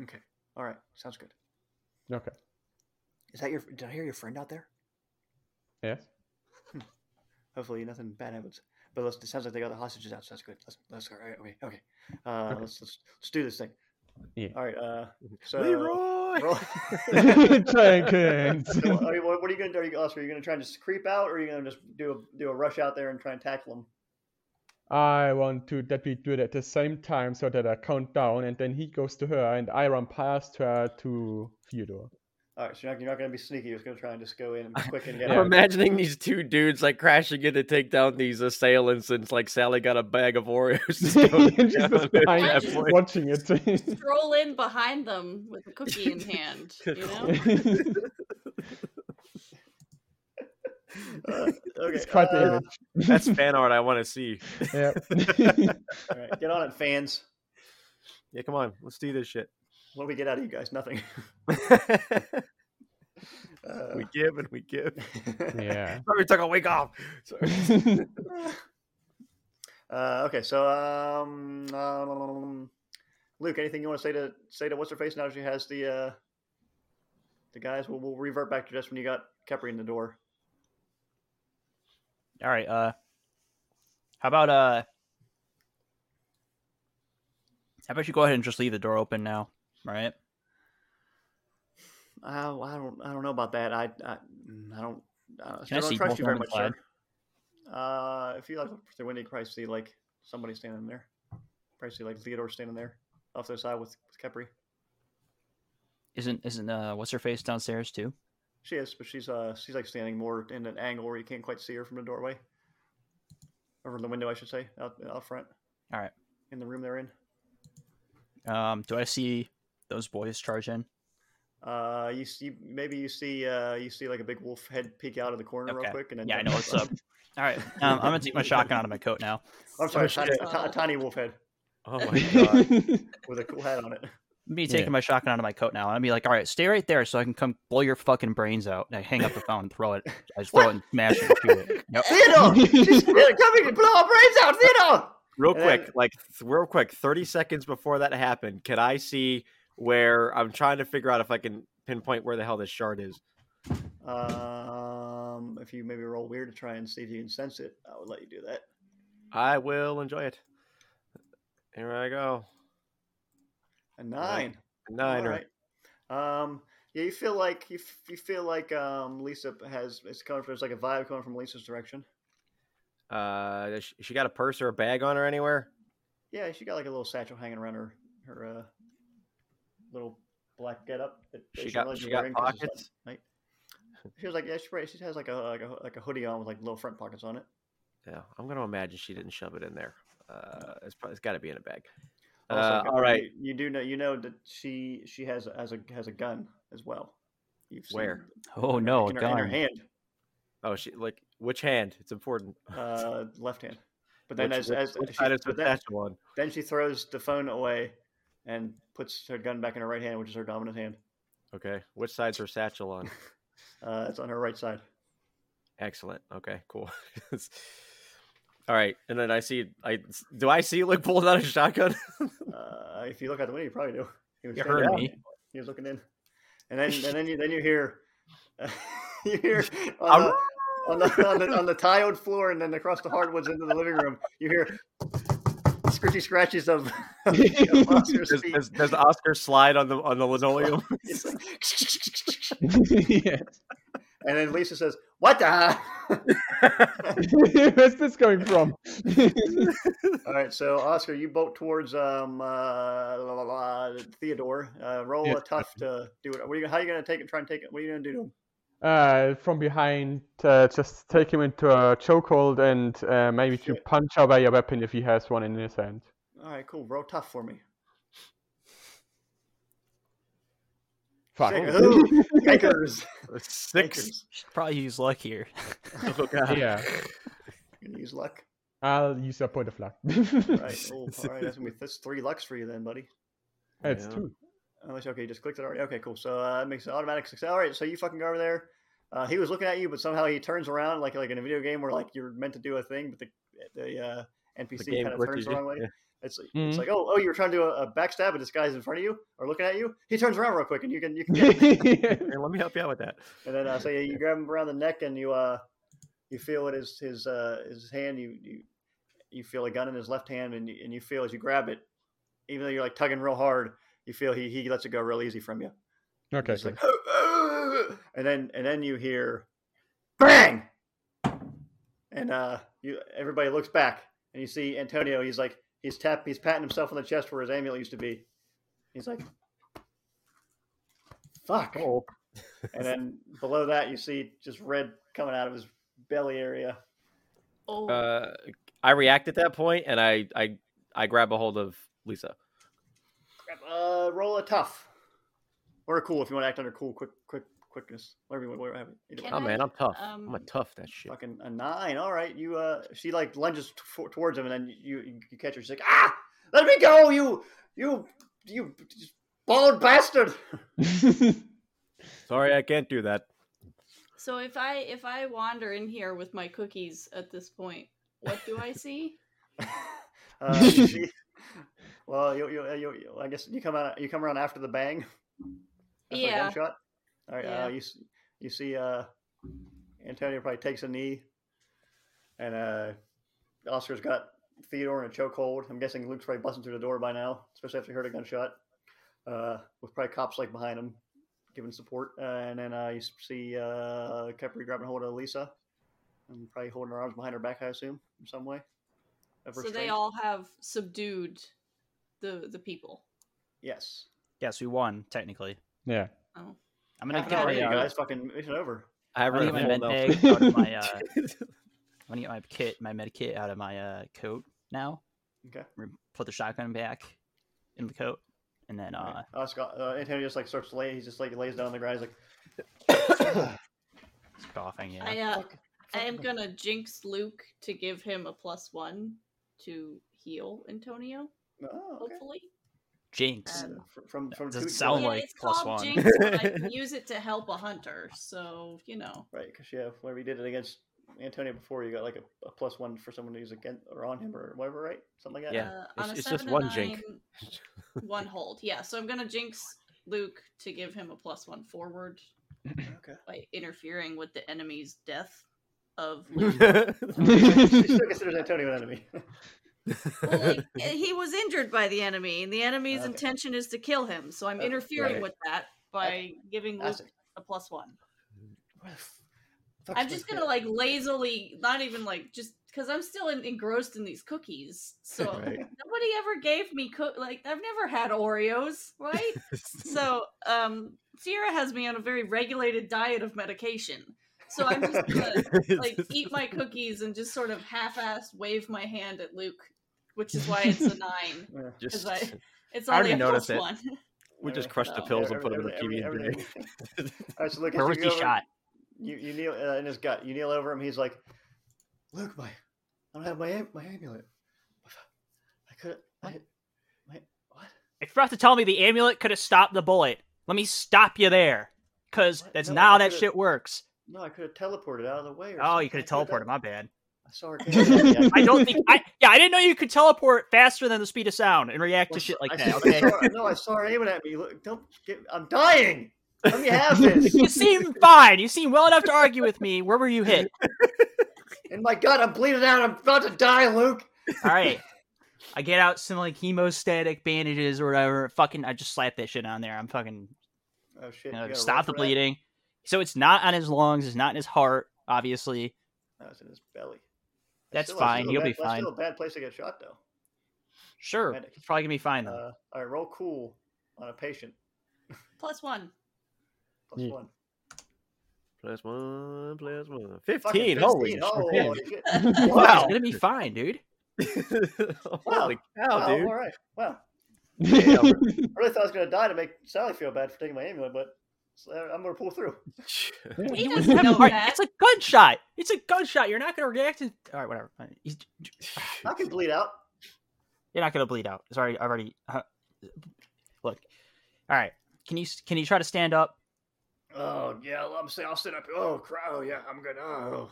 Speaker 1: Okay. All right. Sounds good.
Speaker 2: Okay.
Speaker 1: Is that your? Did I hear your friend out there?
Speaker 3: [LAUGHS]
Speaker 2: Yes.
Speaker 1: Hopefully, nothing bad happens. But let's, it sounds like they got the hostages out, so that's good. Let's let's all right, okay okay. Uh,
Speaker 2: Okay.
Speaker 1: Let's, let's let's do this thing.
Speaker 2: Yeah.
Speaker 1: All right.
Speaker 2: [LAUGHS]
Speaker 1: Uh, so,
Speaker 3: Leroy.
Speaker 1: [LAUGHS] roll-
Speaker 3: [LAUGHS]
Speaker 2: Jenkins.
Speaker 1: so what- are you, what are you gonna do, are you, Oscar? Are you gonna try and just creep out, or are you gonna just do a do a rush out there and try and tackle him?
Speaker 3: uh,
Speaker 2: I want to that we do it at the same time so that I count down and then he goes to her and I run past her to
Speaker 3: [LAUGHS]
Speaker 2: [LAUGHS] Theodore.
Speaker 1: All right. So you're not, you're not gonna be sneaky. You're just gonna try and just go in and quick
Speaker 2: [LAUGHS]
Speaker 1: and get
Speaker 3: I'm
Speaker 1: out.
Speaker 3: imagining these two dudes like crashing in to take down these assailants, and it's like Sally got a bag of Oreos. just
Speaker 2: [LAUGHS]
Speaker 3: [LAUGHS] going
Speaker 2: And she was
Speaker 3: down at
Speaker 2: behind
Speaker 3: that
Speaker 2: us
Speaker 3: point. [LAUGHS]
Speaker 2: watching it.
Speaker 4: Stroll in behind them with a cookie
Speaker 2: [LAUGHS]
Speaker 4: in hand. You know?
Speaker 2: [LAUGHS]
Speaker 1: Uh, okay.
Speaker 2: it's quite
Speaker 1: uh,
Speaker 2: the image.
Speaker 3: That's fan art I want to see. [LAUGHS]
Speaker 2: yeah. [LAUGHS]
Speaker 1: all right, Get on it, fans.
Speaker 3: Yeah, come on, let's do this shit. [LAUGHS]
Speaker 1: What do we get out of you guys?
Speaker 2: [LAUGHS]
Speaker 1: Nothing. Uh,
Speaker 3: we give and we give.
Speaker 2: [LAUGHS] yeah.
Speaker 3: [LAUGHS] Sorry, took a week off. Sorry.
Speaker 1: Uh, okay, so um, um, Luke, anything you want to say to say to what's her face now? She has the uh, the guys. We'll, we'll revert back to just when you got Kepri in the door.
Speaker 5: All right. Uh, how about uh, how about you go ahead and just leave the door open now, right?
Speaker 1: Uh, I don't I don't know about that. I I, I don't uh,
Speaker 5: Can I
Speaker 1: I don't
Speaker 5: see
Speaker 1: trust
Speaker 5: both
Speaker 1: you very
Speaker 5: on the
Speaker 1: much, sir. Uh, if you like the window, you probably see like somebody standing there. Probably see like Theodore standing there off to the side with, with Kepri.
Speaker 5: Isn't isn't uh, what's her face downstairs too?
Speaker 1: She is, but she's uh she's like standing more in an angle where you can't quite see her from the doorway, or from the window, I should say, out out front.
Speaker 5: All right.
Speaker 1: In the room they're in,
Speaker 5: Um, do I see those boys charge in?
Speaker 1: uh, you see maybe you see uh you see like a big wolf head peek out of the corner
Speaker 5: Okay.
Speaker 1: real quick, and then
Speaker 5: Yeah, I
Speaker 1: jump
Speaker 5: know what's
Speaker 1: out.
Speaker 5: up. [LAUGHS] All right, um, I'm gonna take my shotgun out of my coat now.
Speaker 1: [LAUGHS] I'm sorry, a
Speaker 4: So
Speaker 1: tiny, a, ti- a
Speaker 4: subtle.
Speaker 1: tiny wolf head
Speaker 3: Oh my god.
Speaker 1: with a cool hat on it.
Speaker 5: Me
Speaker 2: Yeah.
Speaker 5: taking my shotgun out of my coat now. I'd be like, all right, stay right there so I can come blow your fucking brains out. And I hang up the phone, throw it, I just throw it and smash it. Do it.
Speaker 1: [LAUGHS]
Speaker 3: [LAUGHS]
Speaker 5: Yep.
Speaker 1: Theodore, she's coming to blow our brains out, Theodore.
Speaker 3: Real
Speaker 1: And
Speaker 3: quick,
Speaker 1: then-
Speaker 3: like th- real quick, 30 seconds before that happened, can I see where I'm trying to figure out if I can pinpoint where the hell this shard is?
Speaker 1: Um, if you maybe roll weird to try and see if you can sense it, I would let you do that.
Speaker 3: I will enjoy it. Here I go.
Speaker 1: A nine. All
Speaker 3: Nine or
Speaker 1: right. Um, Yeah, you feel like you, f- you feel like um, Lisa has it's coming from it's like a vibe coming from Lisa's direction.
Speaker 3: Uh, does she, she got a purse or a bag on her anywhere?
Speaker 1: Yeah, she got like a little satchel hanging around her her uh, little black getup. that- that
Speaker 3: She
Speaker 1: shouldn't
Speaker 3: got
Speaker 1: really be
Speaker 3: she got
Speaker 1: wearing 'cause it's like
Speaker 3: pockets.
Speaker 1: night. She was like, yeah, she probably, she has like a, like a like a hoodie on with like little front pockets on it.
Speaker 3: Yeah, I'm gonna imagine she didn't shove it in there. Uh, it's probably it's got to be in a bag.
Speaker 1: Also,
Speaker 3: Uh,
Speaker 1: Connor,
Speaker 3: all right,
Speaker 1: you, you do know you know that she she has a- has a has a gun as well. You've seen
Speaker 3: Where?
Speaker 5: Oh no,
Speaker 1: in her, in her
Speaker 5: gun. [LAUGHS]
Speaker 1: hand,
Speaker 3: Oh, she like which hand? It's important.
Speaker 1: uh, left hand. [LAUGHS] But then
Speaker 3: Which-
Speaker 1: as
Speaker 3: which-
Speaker 1: as
Speaker 3: which
Speaker 1: she,
Speaker 3: side is
Speaker 1: but
Speaker 3: the
Speaker 1: then,
Speaker 3: Saskatchewan?
Speaker 1: then she throws the phone away and puts her gun back in her right hand, which is her dominant hand.
Speaker 3: Okay, which side's her satchel
Speaker 1: [LAUGHS]
Speaker 3: on?
Speaker 1: Uh, it's on her right
Speaker 5: [LAUGHS]
Speaker 1: side.
Speaker 3: Excellent. Okay, cool. [LAUGHS] All right, and then I see. I do I see Luke pulling out a shotgun?
Speaker 1: [LAUGHS] Uh, if you look out the window, you probably do. He was
Speaker 5: You
Speaker 1: standing
Speaker 5: heard
Speaker 1: out.
Speaker 5: me.
Speaker 1: He was looking in, and then and then you then you hear, [LAUGHS] you hear on
Speaker 3: I'm-
Speaker 1: the, on the, on the on the tiled floor, and then across the hardwoods into the living room, you hear scritchy scratches of, [LAUGHS] of monster's
Speaker 3: does,
Speaker 1: feet.
Speaker 3: does, does Oscar slide on the on the linoleum?
Speaker 1: [LAUGHS]
Speaker 3: [LAUGHS]
Speaker 1: It's like-
Speaker 2: [LAUGHS] yeah.
Speaker 1: [LAUGHS] and then Lisa says, "What the?"
Speaker 2: [LAUGHS] Where's this going from?
Speaker 1: [LAUGHS]
Speaker 2: [LAUGHS]
Speaker 1: All right, so Oscar, you bolt towards um, uh, la, la, la, Theodore. Uh, roll
Speaker 2: Yes,
Speaker 1: a tough to do it. What are you, how are you going to take it? Try and take it. What are you going to do to him?
Speaker 2: uh, from behind, uh, just take him into a chokehold and uh, maybe to
Speaker 1: Shit.
Speaker 2: punch away a weapon if he has one in his hand.
Speaker 1: All right, cool. Roll tough for me.
Speaker 2: Fuck.
Speaker 1: Shit, ooh, Takers.
Speaker 3: Six.
Speaker 1: Takers.
Speaker 5: Should Probably use luck here.
Speaker 3: Oh,
Speaker 1: [LAUGHS]
Speaker 3: God.
Speaker 2: [LAUGHS] yeah,
Speaker 1: Gonna use luck.
Speaker 2: I'll use a point of luck. [LAUGHS]
Speaker 1: All right. Oh, all right. That's gonna be that's three lucks for you then, buddy.
Speaker 2: It's
Speaker 3: Yeah.
Speaker 2: two.
Speaker 1: Unless okay, you just clicked it already. Okay, cool. So uh, that makes an automatic success. All right. So you fucking go over there. Uh, he was looking at you, but somehow he turns around like like in a video game where like you're meant to do a thing, but the the uh, NPC
Speaker 3: game
Speaker 1: kind of
Speaker 3: glitches
Speaker 1: turns the
Speaker 3: you.
Speaker 1: wrong way.
Speaker 3: Yeah.
Speaker 1: It's like,
Speaker 2: Mhm.
Speaker 1: it's like oh oh you were trying to do a, a backstab, and this guy's in front of you or looking at you. He turns around real quick, and you can you
Speaker 2: [LAUGHS]
Speaker 1: can get him.
Speaker 3: Hey, let me help you out with that.
Speaker 1: And then uh, so yeah, you grab him around the neck, and you uh, you feel it is his uh, his hand. You, you you feel a gun in his left hand, and you, and you feel as you grab it, even though you're like tugging real hard, you feel he he lets it go real easy from you.
Speaker 2: okay,
Speaker 1: It's
Speaker 2: good.
Speaker 1: like, and then and then you hear bang, and uh, you everybody looks back, and you see Antonio. He's like he's tap he's patting himself on the chest where his amulet used to be. He's like, fuck. And then below that, you see just red coming out of his belly area.
Speaker 4: Oh,
Speaker 3: Uh, I react at that point, and I I I grab a hold of Lisa.
Speaker 1: Crap, Uh, roll a tough or a cool if you want to act under cool, quick, quick, quickness, whatever you want. Whatever, you want. Either
Speaker 4: Can
Speaker 1: way.
Speaker 3: Oh man, I'm tough. I'm a
Speaker 4: um,
Speaker 3: tough that shit.
Speaker 1: Fucking a nine. All right, you. uh She like lunges t- for- towards him, and then you you- you catch her. She's like, ah, let me go, you you you bald bastard.
Speaker 3: Sorry, I can't do that.
Speaker 4: so if I if I wander in here with my cookies at this point, what do I
Speaker 1: [LAUGHS]
Speaker 4: see?
Speaker 1: Uh, you see- well, you, you you you- I guess you come out. You come around after the bang. After
Speaker 4: Yeah.
Speaker 1: The gunshot. All right.
Speaker 4: Yeah.
Speaker 1: Uh, you s- you see, uh, Antonio probably takes a knee, and uh, Oscar's got Theodore in a chokehold. I'm guessing Luke's probably busting through the door by now, especially after he heard a gunshot. Uh, with probably cops like behind him, giving support. Uh, and then uh, you s- see uh, Kepri grabbing hold of Lisa, and probably holding her arms behind her back, I assume, in some way. of
Speaker 4: So they
Speaker 1: restraint.
Speaker 4: all have subdued the the people.
Speaker 1: Yes.
Speaker 5: yes, we won technically.
Speaker 2: [LAUGHS]
Speaker 1: [LAUGHS]
Speaker 2: yeah.
Speaker 4: Oh.
Speaker 5: I'm gonna
Speaker 1: Half
Speaker 5: get
Speaker 1: an hour
Speaker 5: my,
Speaker 1: in, you
Speaker 5: uh,
Speaker 1: guys fucking mission over.
Speaker 3: I have
Speaker 5: I'm gonna
Speaker 3: a
Speaker 5: get my
Speaker 3: full no.
Speaker 5: med bag out
Speaker 1: [LAUGHS]
Speaker 5: of my. Uh, I'm gonna get my kit, my med kit out of my uh, coat now.
Speaker 1: Okay.
Speaker 5: Re- Put the shotgun back in the coat, and then uh,
Speaker 1: Oscar, uh, Antonio just like starts to lay. He just like lays down on the ground. He's like,
Speaker 5: it's coughing. Yeah.
Speaker 4: I uh,
Speaker 1: fuck,
Speaker 4: I
Speaker 1: fuck
Speaker 4: am
Speaker 1: me.
Speaker 4: gonna jinx Luke to give him a plus one to heal Antonio.
Speaker 1: Oh, okay.
Speaker 4: Hopefully,
Speaker 5: Jinx.
Speaker 4: Um,
Speaker 1: Fr- from from
Speaker 5: Does
Speaker 1: two-
Speaker 5: it
Speaker 3: Oh
Speaker 5: sound
Speaker 4: yeah,
Speaker 5: like
Speaker 4: it's
Speaker 5: plus
Speaker 4: called
Speaker 5: one.
Speaker 4: jinx. But
Speaker 3: [LAUGHS]
Speaker 4: I can use it to help a hunter, so you know.
Speaker 1: right? Because yeah, whenever you did it against Antonio before, you got like a, a plus one for someone who's against or on him or whatever, right? Something like that.
Speaker 3: Yeah,
Speaker 4: uh,
Speaker 3: it's-
Speaker 4: on a
Speaker 3: it's just
Speaker 4: seven to
Speaker 3: one jink.
Speaker 4: nine, [LAUGHS] one hold. Yeah, so I'm gonna jinx Luke to give him a plus one forward
Speaker 1: Okay.
Speaker 4: by interfering with the enemy's death
Speaker 3: [LAUGHS]
Speaker 4: of
Speaker 1: [LAUGHS]
Speaker 4: Luke.
Speaker 1: she
Speaker 5: [LAUGHS]
Speaker 2: yeah.
Speaker 1: still considers Antonio an enemy. [LAUGHS]
Speaker 4: Well, like, eh, he was injured by the enemy, and the enemy's
Speaker 1: Okay.
Speaker 3: Uh,
Speaker 4: intention is to kill him. So I'm interfering
Speaker 1: Right.
Speaker 4: with that by giving Luke
Speaker 1: That's it.
Speaker 4: a plus one.
Speaker 1: Where the f- fuck's
Speaker 4: I'm
Speaker 1: my
Speaker 4: just
Speaker 1: kid?
Speaker 4: gonna like lazily, not even like just because I'm still en- engrossed in these cookies. So
Speaker 1: [LAUGHS] Right.
Speaker 4: nobody ever gave me cook like I've never had Oreos, right? so um, Sierra has me on a very regulated diet of medication. So I'm
Speaker 3: [LAUGHS]
Speaker 4: just gonna like eat my cookies and just sort of half-assed wave my hand at Luke, which is why it's a nine.
Speaker 1: Yeah.
Speaker 3: just,
Speaker 4: I- It's
Speaker 3: I
Speaker 4: only
Speaker 3: already
Speaker 4: a
Speaker 3: noticed
Speaker 4: plus
Speaker 3: it.
Speaker 4: one.
Speaker 3: we just
Speaker 1: Everything-
Speaker 3: crushed the
Speaker 4: no.
Speaker 3: pills and put them in
Speaker 1: every-
Speaker 3: the TV
Speaker 1: every-
Speaker 3: and
Speaker 1: [LAUGHS] everything-
Speaker 3: drink.
Speaker 1: All right, so Lucas,
Speaker 5: Where
Speaker 1: you
Speaker 5: was
Speaker 1: go
Speaker 5: the
Speaker 1: over-
Speaker 5: shot?
Speaker 1: You, you kneel uh, in his gut. You kneel over him. He's like, "Luke, my, I don't have my am- my amulet. I could. I, my, what?
Speaker 5: If you're about to tell me the amulet could have stopped the bullet, let me stop you there. Because
Speaker 1: What?
Speaker 5: that's
Speaker 1: No,
Speaker 5: not how
Speaker 1: I
Speaker 5: that
Speaker 1: could've-
Speaker 5: shit works.
Speaker 1: No, I could have teleported out of the way. Or
Speaker 5: Oh, you could
Speaker 1: something.
Speaker 5: have
Speaker 1: I could've done-
Speaker 5: teleported. My bad.
Speaker 1: I saw her. coming. [LAUGHS] Yeah,
Speaker 5: I don't think. I, yeah, I didn't know you could teleport faster than the speed of sound and react to shit like
Speaker 1: I
Speaker 5: that.
Speaker 1: saw-
Speaker 5: Okay.
Speaker 1: I saw her- no, I saw her aiming at me. Look, don't get. I'm dying. Let me have this
Speaker 5: [LAUGHS]
Speaker 1: [LAUGHS]
Speaker 5: You seem fine. You seem well enough to argue with me. Where were you hit?
Speaker 1: in my gut. I'm bleeding out. I'm about to die, Luke.
Speaker 5: All right. I get out some like hemostatic bandages or whatever. Fucking, I just slap that shit on there. I'm fucking
Speaker 1: Oh shit!
Speaker 5: you
Speaker 1: you
Speaker 5: know,
Speaker 1: gotta roll
Speaker 5: stop the
Speaker 1: for that?
Speaker 5: bleeding. So it's not on his lungs. It's not in his heart, obviously.
Speaker 1: No, it's in his belly.
Speaker 5: That's
Speaker 1: still-
Speaker 5: fine.
Speaker 1: still a
Speaker 5: He'll
Speaker 1: bad-
Speaker 5: be
Speaker 1: That's
Speaker 5: fine.
Speaker 1: still a bad place to get shot, though.
Speaker 5: Sure,
Speaker 1: Medic.
Speaker 5: it's probably gonna be fine though.
Speaker 1: Uh, all right, roll cool on a patient.
Speaker 4: Plus one.
Speaker 1: Plus
Speaker 2: Yeah.
Speaker 1: one.
Speaker 3: Plus one, plus one.
Speaker 1: Fucking oh.
Speaker 3: 15. Holy
Speaker 1: 15, holy shit.
Speaker 5: [LAUGHS] It's
Speaker 3: wow.
Speaker 5: gonna be fine, dude.
Speaker 3: [LAUGHS] Holy cow,
Speaker 1: Wow,
Speaker 3: dude.
Speaker 1: all right. Wow.
Speaker 2: [LAUGHS] Yeah,
Speaker 5: [LAUGHS]
Speaker 1: I really thought I was going to die to make Sally feel bad for taking my amulet, but so I'm going to pull through.
Speaker 4: He
Speaker 5: You
Speaker 4: doesn't
Speaker 5: have-
Speaker 4: know
Speaker 5: all right,
Speaker 4: that.
Speaker 5: It's a gunshot. It's a gunshot. You're not gonna react to. All right, whatever. Fine. He's-
Speaker 1: I
Speaker 5: [LAUGHS]
Speaker 1: can bleed out.
Speaker 5: You're not gonna bleed out. Sorry, I've already. Uh, look, all right. Can you s- can you try to stand up?
Speaker 1: Oh, yeah. I'm saying I'll sit up. Oh, cry. Oh, yeah. I'm good. Oh.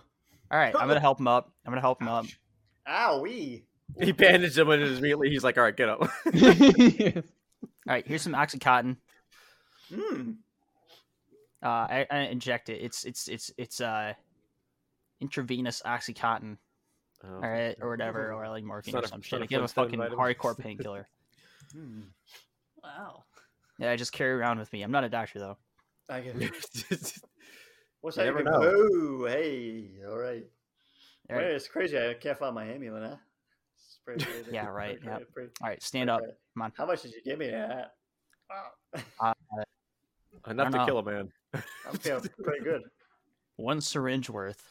Speaker 5: All right, I'm gonna help him up. I'm gonna help him up.
Speaker 1: Ouch. Owie.
Speaker 3: [LAUGHS] He bandaged him and immediately he's like, all right, get up. [LAUGHS]
Speaker 5: All right, here's some oxycontin.
Speaker 1: Hmm.
Speaker 5: Uh, I, I inject it. It's it's it's it's uh intravenous oxycontin.
Speaker 3: Oh,
Speaker 5: All right, or whatever, or like morphine or
Speaker 3: not a-
Speaker 5: some
Speaker 3: it's
Speaker 5: shit.
Speaker 3: not
Speaker 5: I
Speaker 3: a
Speaker 5: give him a
Speaker 3: Flintstone
Speaker 5: fucking
Speaker 3: vitamin. [LAUGHS]
Speaker 5: hardcore painkiller.
Speaker 1: Hmm.
Speaker 4: Wow.
Speaker 5: Yeah, I just carry around with me. I'm not a doctor though.
Speaker 1: I get it. What's that?
Speaker 3: You never
Speaker 1: can- Oh, hey. All right.
Speaker 5: All right.
Speaker 1: Man, it's crazy. I can't find my amulet, huh? It's
Speaker 5: [LAUGHS]
Speaker 1: pretty weird.
Speaker 5: Yeah, right,
Speaker 1: Pretty- pretty-
Speaker 5: All right, stand up.
Speaker 1: Okay.
Speaker 5: Come on.
Speaker 1: How much did you give me Uh, for that? Wow.
Speaker 3: [LAUGHS] Enough to
Speaker 5: know.
Speaker 3: kill a man.
Speaker 1: I'm
Speaker 5: [LAUGHS]
Speaker 1: feeling pretty good.
Speaker 5: One syringe worth.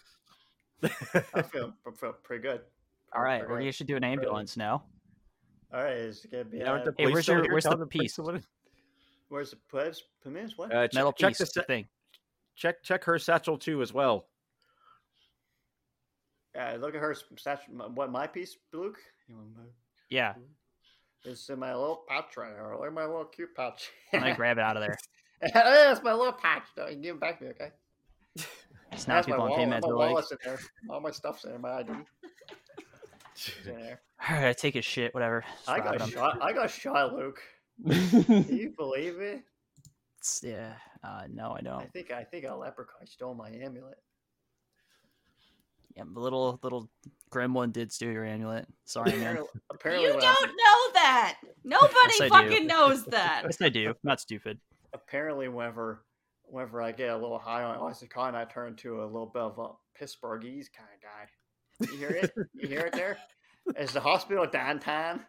Speaker 1: I feel, I feel pretty good.
Speaker 5: All right,
Speaker 1: Pretty
Speaker 5: we
Speaker 1: good.
Speaker 5: should do an ambulance now.
Speaker 1: All right, it's gonna be.
Speaker 3: You know,
Speaker 1: uh,
Speaker 3: aren't the
Speaker 5: Hey,
Speaker 3: police
Speaker 5: where's
Speaker 3: over
Speaker 5: your-
Speaker 3: here
Speaker 5: where's the
Speaker 3: telling them to bring
Speaker 5: piece?
Speaker 3: someone in?
Speaker 1: where's the pledge? Pamis? What?
Speaker 3: Uh,
Speaker 5: Metal
Speaker 3: check, check
Speaker 5: piece
Speaker 3: the sa-
Speaker 5: thing.
Speaker 3: check check her satchel too as well.
Speaker 1: Uh, look at her statue. What my piece, Luke? You want my-
Speaker 5: [LAUGHS] Yeah,
Speaker 1: It's in my little pouch right here. Look at my little cute pouch.
Speaker 5: I'm gonna grab it out of there.
Speaker 1: [LAUGHS] yeah, it's my little pouch. Don't you give it back to me, okay?
Speaker 5: Snap people
Speaker 1: my
Speaker 5: on
Speaker 1: wallet.
Speaker 5: payments.
Speaker 1: My
Speaker 5: are like,
Speaker 1: wallet's in there. All my stuff's in there. My ID. is in
Speaker 5: [LAUGHS]
Speaker 1: there.
Speaker 5: [LAUGHS] all right, take his shit, [LAUGHS] whatever.
Speaker 1: I
Speaker 5: Rob
Speaker 1: got
Speaker 5: him.
Speaker 1: shot. I got shot,
Speaker 5: [LAUGHS]
Speaker 1: Luke. Can you believe it?
Speaker 5: It's- Yeah, uh, no, I
Speaker 1: I
Speaker 5: don't.
Speaker 1: think I think a leprechaun stole my
Speaker 5: [LAUGHS]
Speaker 1: amulet.
Speaker 5: Yeah, the little little gremlin did steal your amulet. Sorry, [LAUGHS] man.
Speaker 1: Apparently, apparently
Speaker 4: you
Speaker 1: when
Speaker 4: don't
Speaker 1: I was-
Speaker 4: know that. Nobody
Speaker 5: Yes, I do.
Speaker 4: fucking knows that.
Speaker 5: yes, I do. I'm not stupid.
Speaker 1: [LAUGHS] apparently whenever whenever I get a little high on oxycontin, I turn to a little bit of a Pittsburghese kind of guy. You hear it? You hear it
Speaker 5: [LAUGHS]
Speaker 1: there? Is the hospital downtown?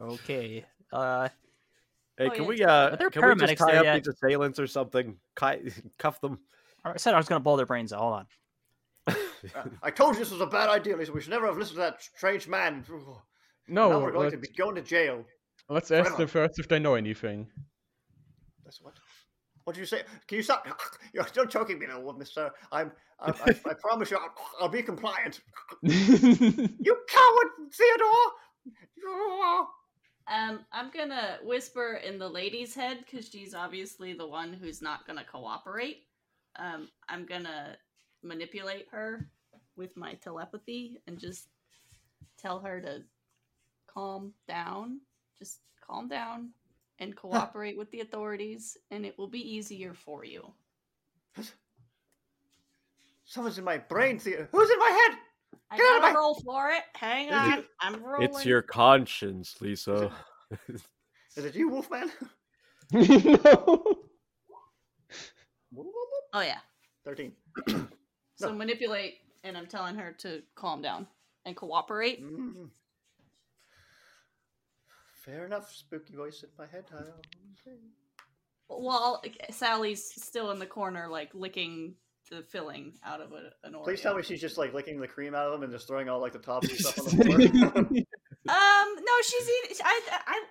Speaker 5: Okay. Uh,
Speaker 3: Hey,
Speaker 4: Oh,
Speaker 3: can
Speaker 4: yeah.
Speaker 3: we uh
Speaker 5: Are there
Speaker 3: can we just
Speaker 5: paramedics there
Speaker 3: tie up
Speaker 5: yet?
Speaker 3: these assailants or something? Ki- [LAUGHS] cuff them.
Speaker 5: I said I was gonna blow their brains out. Hold on. [LAUGHS]
Speaker 1: Uh, I told you this was a bad idea, Lisa. We should never have listened to that strange man.
Speaker 5: Oh,
Speaker 1: now
Speaker 2: [LAUGHS] no,
Speaker 1: we're going
Speaker 2: let,
Speaker 1: to be going to jail.
Speaker 2: let's ask
Speaker 1: Whatever.
Speaker 2: them first if they know anything.
Speaker 1: [LAUGHS]
Speaker 2: [LAUGHS]
Speaker 1: That's what. What did you say? Can you stop? [LAUGHS] You're still choking me, little Mister. I'm. I, I, I promise you, I'll, I'll be compliant. You coward, Theodore! [LAUGHS]
Speaker 4: Um, I'm gonna whisper in the lady's head because she's obviously the one who's not gonna cooperate. Um, I'm gonna manipulate her with my telepathy and just tell her to calm down. Just calm down and cooperate with the authorities, and it will be easier for you.
Speaker 1: Someone's in my brain, Theodore. Who's in my head?
Speaker 4: I
Speaker 1: Get out of
Speaker 4: gotta
Speaker 1: my-
Speaker 4: roll for it. Hang
Speaker 1: Is
Speaker 4: on,
Speaker 1: it-
Speaker 4: I'm rolling. [LAUGHS]
Speaker 3: It's your conscience, Lisa.
Speaker 1: Is it you, Wolfman? [LAUGHS]
Speaker 2: no.
Speaker 4: Oh yeah.
Speaker 1: Thirteen.
Speaker 4: So
Speaker 1: No.
Speaker 4: manipulate, and I'm telling her to calm down and cooperate.
Speaker 1: Mm. Fair enough. Spooky voice in my head. I- okay.
Speaker 4: While Sally's still in the corner, like licking the filling out of a, an Oreo.
Speaker 1: Please tell me she's just like licking the cream out of them and just throwing all like the tops and stuff on
Speaker 2: [LAUGHS]
Speaker 1: the floor. [LAUGHS]
Speaker 4: Um, no, she's eating. I, I,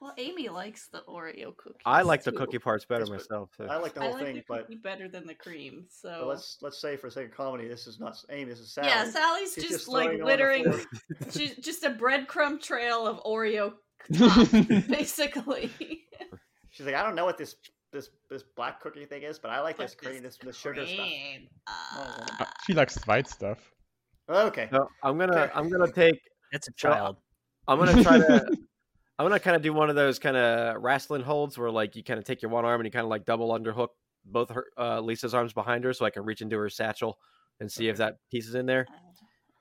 Speaker 4: well, Amy likes the Oreo cookie.
Speaker 3: I like the cookie parts better
Speaker 1: That's what-
Speaker 3: myself. so-
Speaker 1: I like the
Speaker 4: I
Speaker 1: whole
Speaker 4: like
Speaker 1: thing,
Speaker 4: the
Speaker 1: but,
Speaker 4: cookie better than the cream.
Speaker 1: but
Speaker 4: So
Speaker 1: let's let's say for the sake of comedy, this is not Amy. This is Sally.
Speaker 4: yeah, Sally's
Speaker 1: She's
Speaker 4: just,
Speaker 1: just throwing
Speaker 4: like
Speaker 1: it on the
Speaker 4: littering. [LAUGHS] she's just a breadcrumb trail of
Speaker 3: [LAUGHS]
Speaker 4: Oreo tops, basically.
Speaker 1: She's like, I don't know what this this this black cookie thing is, but I like
Speaker 4: What
Speaker 1: this cream, this, this sugar stuff.
Speaker 4: Cream. Uh,
Speaker 1: Oh,
Speaker 2: she likes white stuff.
Speaker 1: Okay.
Speaker 3: So I'm gonna I'm gonna take
Speaker 5: That's a
Speaker 3: Well,
Speaker 5: child.
Speaker 3: I'm gonna
Speaker 1: [LAUGHS]
Speaker 3: try to I'm gonna kind of do one of those kind of wrestling holds where like you kind of take your one arm and you kind of like double underhook both her uh, Lisa's arms behind her so I can reach into her satchel and see if that piece is in there.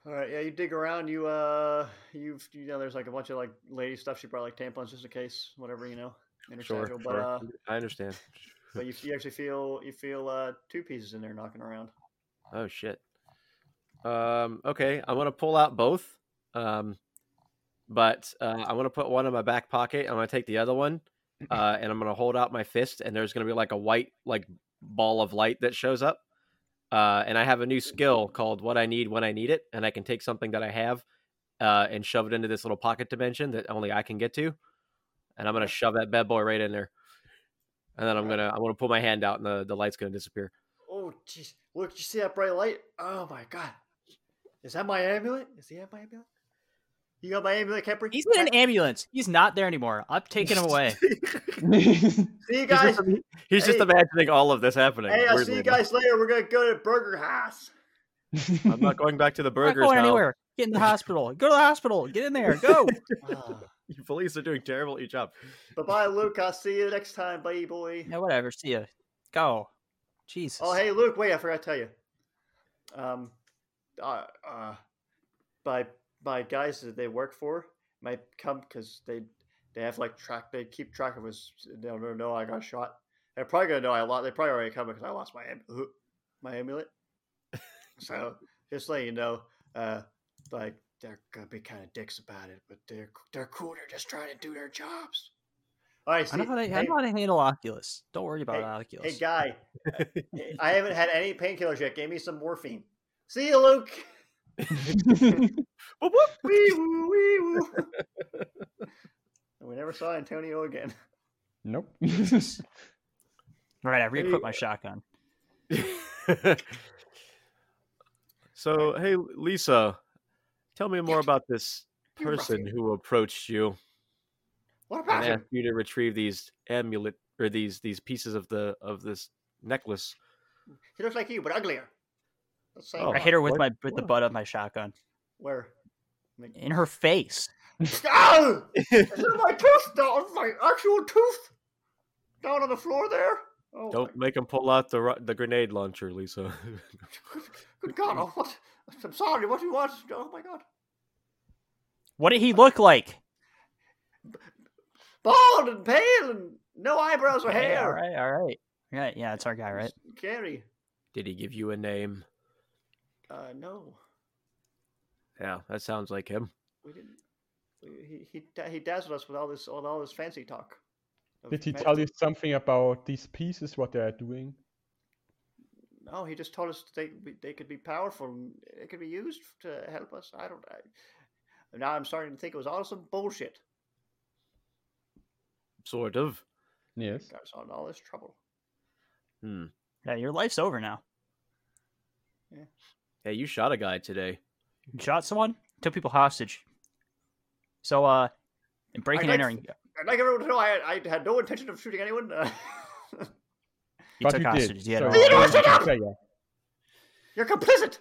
Speaker 1: All right. Yeah, you dig around. You uh, you've you know, there's like a bunch of like lady stuff. She brought like tampons just in case, whatever you know. in her
Speaker 3: Sure,
Speaker 1: satchel, But
Speaker 3: sure.
Speaker 1: uh,
Speaker 3: I understand.
Speaker 1: but you, you actually feel you feel uh two pieces in there knocking around.
Speaker 3: Oh shit. Um. Okay, I'm gonna pull out both. Um, but uh, I'm gonna put one in my back pocket. I'm gonna take the other one, uh, and I'm gonna hold out my fist, and there's gonna be like a white like ball of light that shows up. Uh, and I have a new skill called "What I Need When I Need It," and I can take something that I have uh, and shove it into this little pocket dimension that only I can get to. And I'm gonna shove that bad boy right in there, and then I'm gonna I'm gonna pull my hand out, and the, the light's gonna disappear.
Speaker 1: Oh jeez, look! You see that bright light? Oh my god! Is that my amulet? Is he at my amulet? You got my amulet, Kepri?
Speaker 5: He's in an ambulance. He's not there anymore. I'm taking him [LAUGHS] away.
Speaker 1: See you
Speaker 3: He's
Speaker 1: guys.
Speaker 3: just- He's just
Speaker 1: hey.
Speaker 3: imagining all of this happening.
Speaker 1: Hey, I'll
Speaker 3: weirdly
Speaker 1: see you
Speaker 3: enough.
Speaker 1: guys later. We're gonna go to Burger House. [LAUGHS]
Speaker 3: I'm not going back to the
Speaker 5: I'm not
Speaker 3: burgers
Speaker 5: going
Speaker 3: now.
Speaker 5: anywhere. Get in the hospital. Go to the hospital. Get in there. [LAUGHS] Go.
Speaker 1: Ah.
Speaker 3: You [LAUGHS] police are doing terrible at your job.
Speaker 1: bye bye, Luke. I'll see you next time, buddy boy.
Speaker 5: yeah, whatever. See ya. Go. Jesus.
Speaker 1: Oh, hey, Luke. Wait, I forgot to tell you. Um, uh, uh my my guys that they work for might come because they they have like track. They keep track of us. They'll know know I got shot. They're probably gonna know I lost. They probably already come because I lost my am- my
Speaker 5: [LAUGHS]
Speaker 1: amulet. so just letting you know, uh, like they're gonna be kind of dicks about it, but they're they're cool. They're just trying to do their jobs. All right,
Speaker 5: I
Speaker 1: see,
Speaker 5: know, how to, I
Speaker 1: hey-
Speaker 5: know how to handle Oculus. Don't worry about
Speaker 1: Hey- Hey
Speaker 5: Oculus.
Speaker 1: guy, I haven't had any painkillers yet. Give me some morphine. See you, Luke.
Speaker 3: Whoop, whoop.
Speaker 1: [LAUGHS] Wee woo, wee woo. and we never saw Antonio
Speaker 5: [LAUGHS]
Speaker 1: again.
Speaker 2: nope.
Speaker 5: All right, I
Speaker 3: Hey-
Speaker 5: re-equipped my shotgun.
Speaker 3: [LAUGHS] so, hey, Lisa, tell me more about [LAUGHS] this person who approached you
Speaker 1: What about
Speaker 3: and
Speaker 1: him?
Speaker 3: asked you to retrieve these amulet or these these pieces of the of this
Speaker 1: [LAUGHS]
Speaker 3: necklace.
Speaker 1: He looks like you, but uglier. Let's say
Speaker 3: Oh.
Speaker 5: I hit her with
Speaker 3: what-
Speaker 5: my with the
Speaker 3: what?
Speaker 5: butt of my shotgun
Speaker 1: where.
Speaker 5: in her face.
Speaker 1: Oh! Is it my tooth? Down, my actual tooth? Down on the floor there? Oh, my-
Speaker 3: Don't make him pull out the ru- the grenade launcher, Lisa. [LAUGHS]
Speaker 1: [LAUGHS] Good God, oh, what? I'm sorry, what do you want? Oh, my God.
Speaker 5: What did he look like?
Speaker 1: Bald and pale and no eyebrows or
Speaker 5: Hey, all
Speaker 1: hair.
Speaker 5: right, all right, all right. Yeah, it's our guy, right?
Speaker 1: Scary.
Speaker 3: Did he give you a name?
Speaker 1: Uh, no.
Speaker 3: Yeah, that sounds like him.
Speaker 1: we didn't. we- He he da- he dazzled us with all this with all this fancy talk. of
Speaker 2: Did he
Speaker 1: magic.
Speaker 2: tell you something about these pieces, what they are doing?
Speaker 1: No, he just told us they we- they could be powerful. and It could be used to help us. I don't. I, now I'm starting to think it was all some bullshit.
Speaker 3: Sort of.
Speaker 2: Yes.
Speaker 1: Got us all in all this trouble.
Speaker 3: Hmm.
Speaker 5: Yeah, your life's over now.
Speaker 3: Hey, you shot a guy today.
Speaker 5: You shot someone, took people hostage. So, uh, and breaking and
Speaker 1: like-
Speaker 5: entering,
Speaker 1: I'd like everyone to know I I had no intention of shooting anyone. [LAUGHS] Uh,
Speaker 5: he took hostages. He had
Speaker 2: so
Speaker 5: all-
Speaker 1: You know what
Speaker 2: don't have
Speaker 1: you
Speaker 2: to say yeah.
Speaker 1: You're complicit.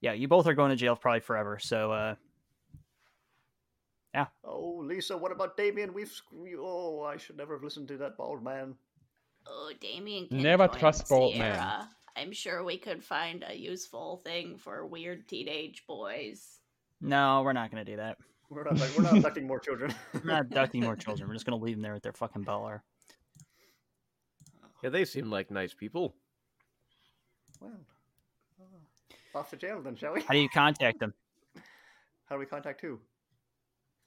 Speaker 5: yeah, you both are going to jail probably forever. So, uh,
Speaker 1: Oh, Lisa, what about Damien? We've screw you. Oh, I should never have listened to that bald man.
Speaker 4: Oh, Damien. Can
Speaker 2: Never
Speaker 4: join
Speaker 2: trust bald men.
Speaker 4: Sierra. I'm sure we could find a useful thing for weird teenage boys.
Speaker 5: no, we're not going to do that.
Speaker 1: We're not, like, we're
Speaker 2: [LAUGHS]
Speaker 1: not abducting more children. [LAUGHS]
Speaker 5: We're not abducting more children. We're just gonna leave them there with their fucking butler.
Speaker 3: Yeah, they seem like nice people.
Speaker 1: Well, uh, off to jail then, shall we?
Speaker 5: How do you contact them?
Speaker 1: How do we contact who?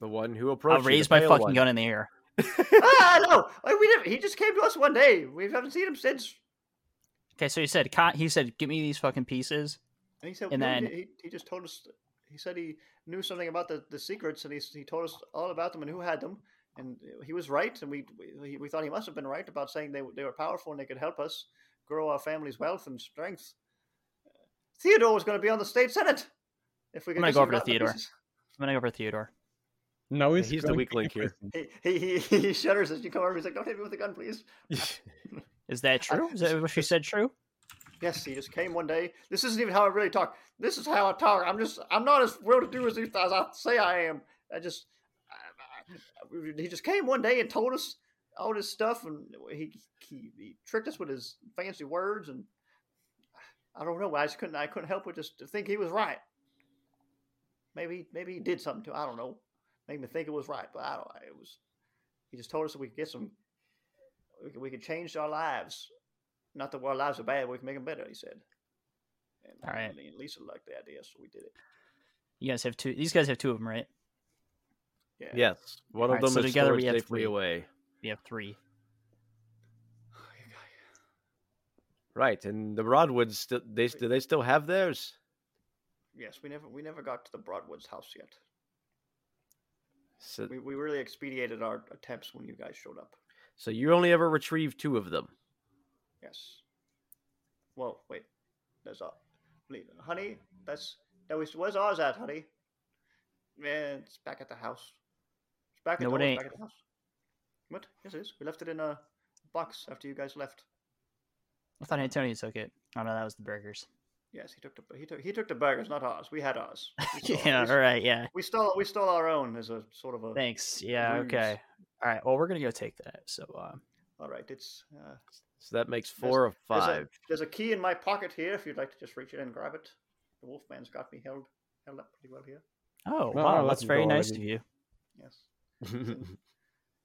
Speaker 3: The one who approached.
Speaker 5: I'll
Speaker 3: you, the
Speaker 5: raise my
Speaker 3: pale
Speaker 5: fucking
Speaker 3: one.
Speaker 5: gun in the air.
Speaker 1: [LAUGHS]
Speaker 5: [LAUGHS]
Speaker 1: ah, no. Like, we didn't, he just came to us one day. We haven't seen him since.
Speaker 5: Okay, so he said, con- he said, give me these fucking pieces.
Speaker 1: And he said,
Speaker 5: And
Speaker 1: no,
Speaker 5: then-
Speaker 1: he, he- he just told us. He said he knew something about the, the secrets, and he, s- he told us all about them and who had them. And he was right, and we we, we thought he must have been right about saying they were- they were powerful and they could help us grow our family's wealth and strength. Theodore was going to be on the state senate. If we could
Speaker 5: I'm gonna
Speaker 1: just
Speaker 5: go over
Speaker 1: even
Speaker 5: to
Speaker 1: out the
Speaker 5: Theodore.
Speaker 1: pieces.
Speaker 5: I'm gonna go for Theodore.
Speaker 2: Now
Speaker 3: Yeah,
Speaker 2: he's,
Speaker 3: he's the
Speaker 2: going
Speaker 3: weak
Speaker 2: to
Speaker 3: link here.
Speaker 2: prison.
Speaker 1: He, he, he, he shudders as you come over. He's like, "Don't hit me with a gun, please."
Speaker 5: Is that true? Is that what she said? True?
Speaker 1: Yes, he just came one day. This isn't even how I really talk. This is how I talk. I'm just, I'm not as well to do as, he- as I say I am. I just, I, I- I- he just came one day and told us all this stuff, and he, he he tricked us with his fancy words, and I don't know. I just couldn't, I couldn't help but just to think he was right. Maybe, maybe he did something to. I don't know. Made me think it was right, but I don't. It was. He just told us that we could get some. We could, we could change our lives not that our lives are bad, but we can make them better, he said. And
Speaker 5: All right.
Speaker 1: I mean, Lisa liked the idea, so we did it.
Speaker 5: You guys have two. These guys have two of them, right?
Speaker 1: Yeah.
Speaker 3: Yes, one of
Speaker 5: Alright,
Speaker 3: them
Speaker 5: so
Speaker 3: is
Speaker 5: together
Speaker 3: stored
Speaker 5: we have
Speaker 3: safely
Speaker 5: three.
Speaker 3: away.
Speaker 5: We have three.
Speaker 3: Right, and the Broadwoods still they do they still have theirs?
Speaker 1: Yes, we never we never got to the Broadwoods house yet.
Speaker 3: So,
Speaker 1: We, we really expedited our attempts when you guys showed up.
Speaker 3: so you only ever retrieve two of them.
Speaker 1: Yes. Well, wait. There's our honey. That's that was where's ours at, honey? Man, it's back at the house. It's back at
Speaker 5: No,
Speaker 1: the,
Speaker 5: it
Speaker 1: it's
Speaker 5: ain't.
Speaker 1: back at the house. What? Yes, it is. We left it in a box after you guys left.
Speaker 5: I thought Antonio took it. Oh no, that was the burgers.
Speaker 1: Yes, he took the he took he took the burgers, not ours. We had ours.
Speaker 5: [LAUGHS]
Speaker 1: We stole-
Speaker 5: yeah.
Speaker 1: we
Speaker 5: All right. Yeah.
Speaker 1: We stole we stole our own as a sort of a.
Speaker 5: Thanks. Yeah.
Speaker 1: ruse.
Speaker 5: Okay. All right. Well, we're gonna go take that. So, uh,
Speaker 1: All right, it's uh,
Speaker 3: So that makes four of
Speaker 1: there's a-
Speaker 3: five.
Speaker 1: There's a, key in my pocket here. If you'd like to just reach in and grab it, the Wolfman's got me held held up pretty well here.
Speaker 5: oh
Speaker 2: No,
Speaker 5: wow,
Speaker 2: no, let's
Speaker 5: that's very
Speaker 2: go
Speaker 5: nice
Speaker 2: already.
Speaker 5: of you.
Speaker 1: Yes,
Speaker 5: [LAUGHS]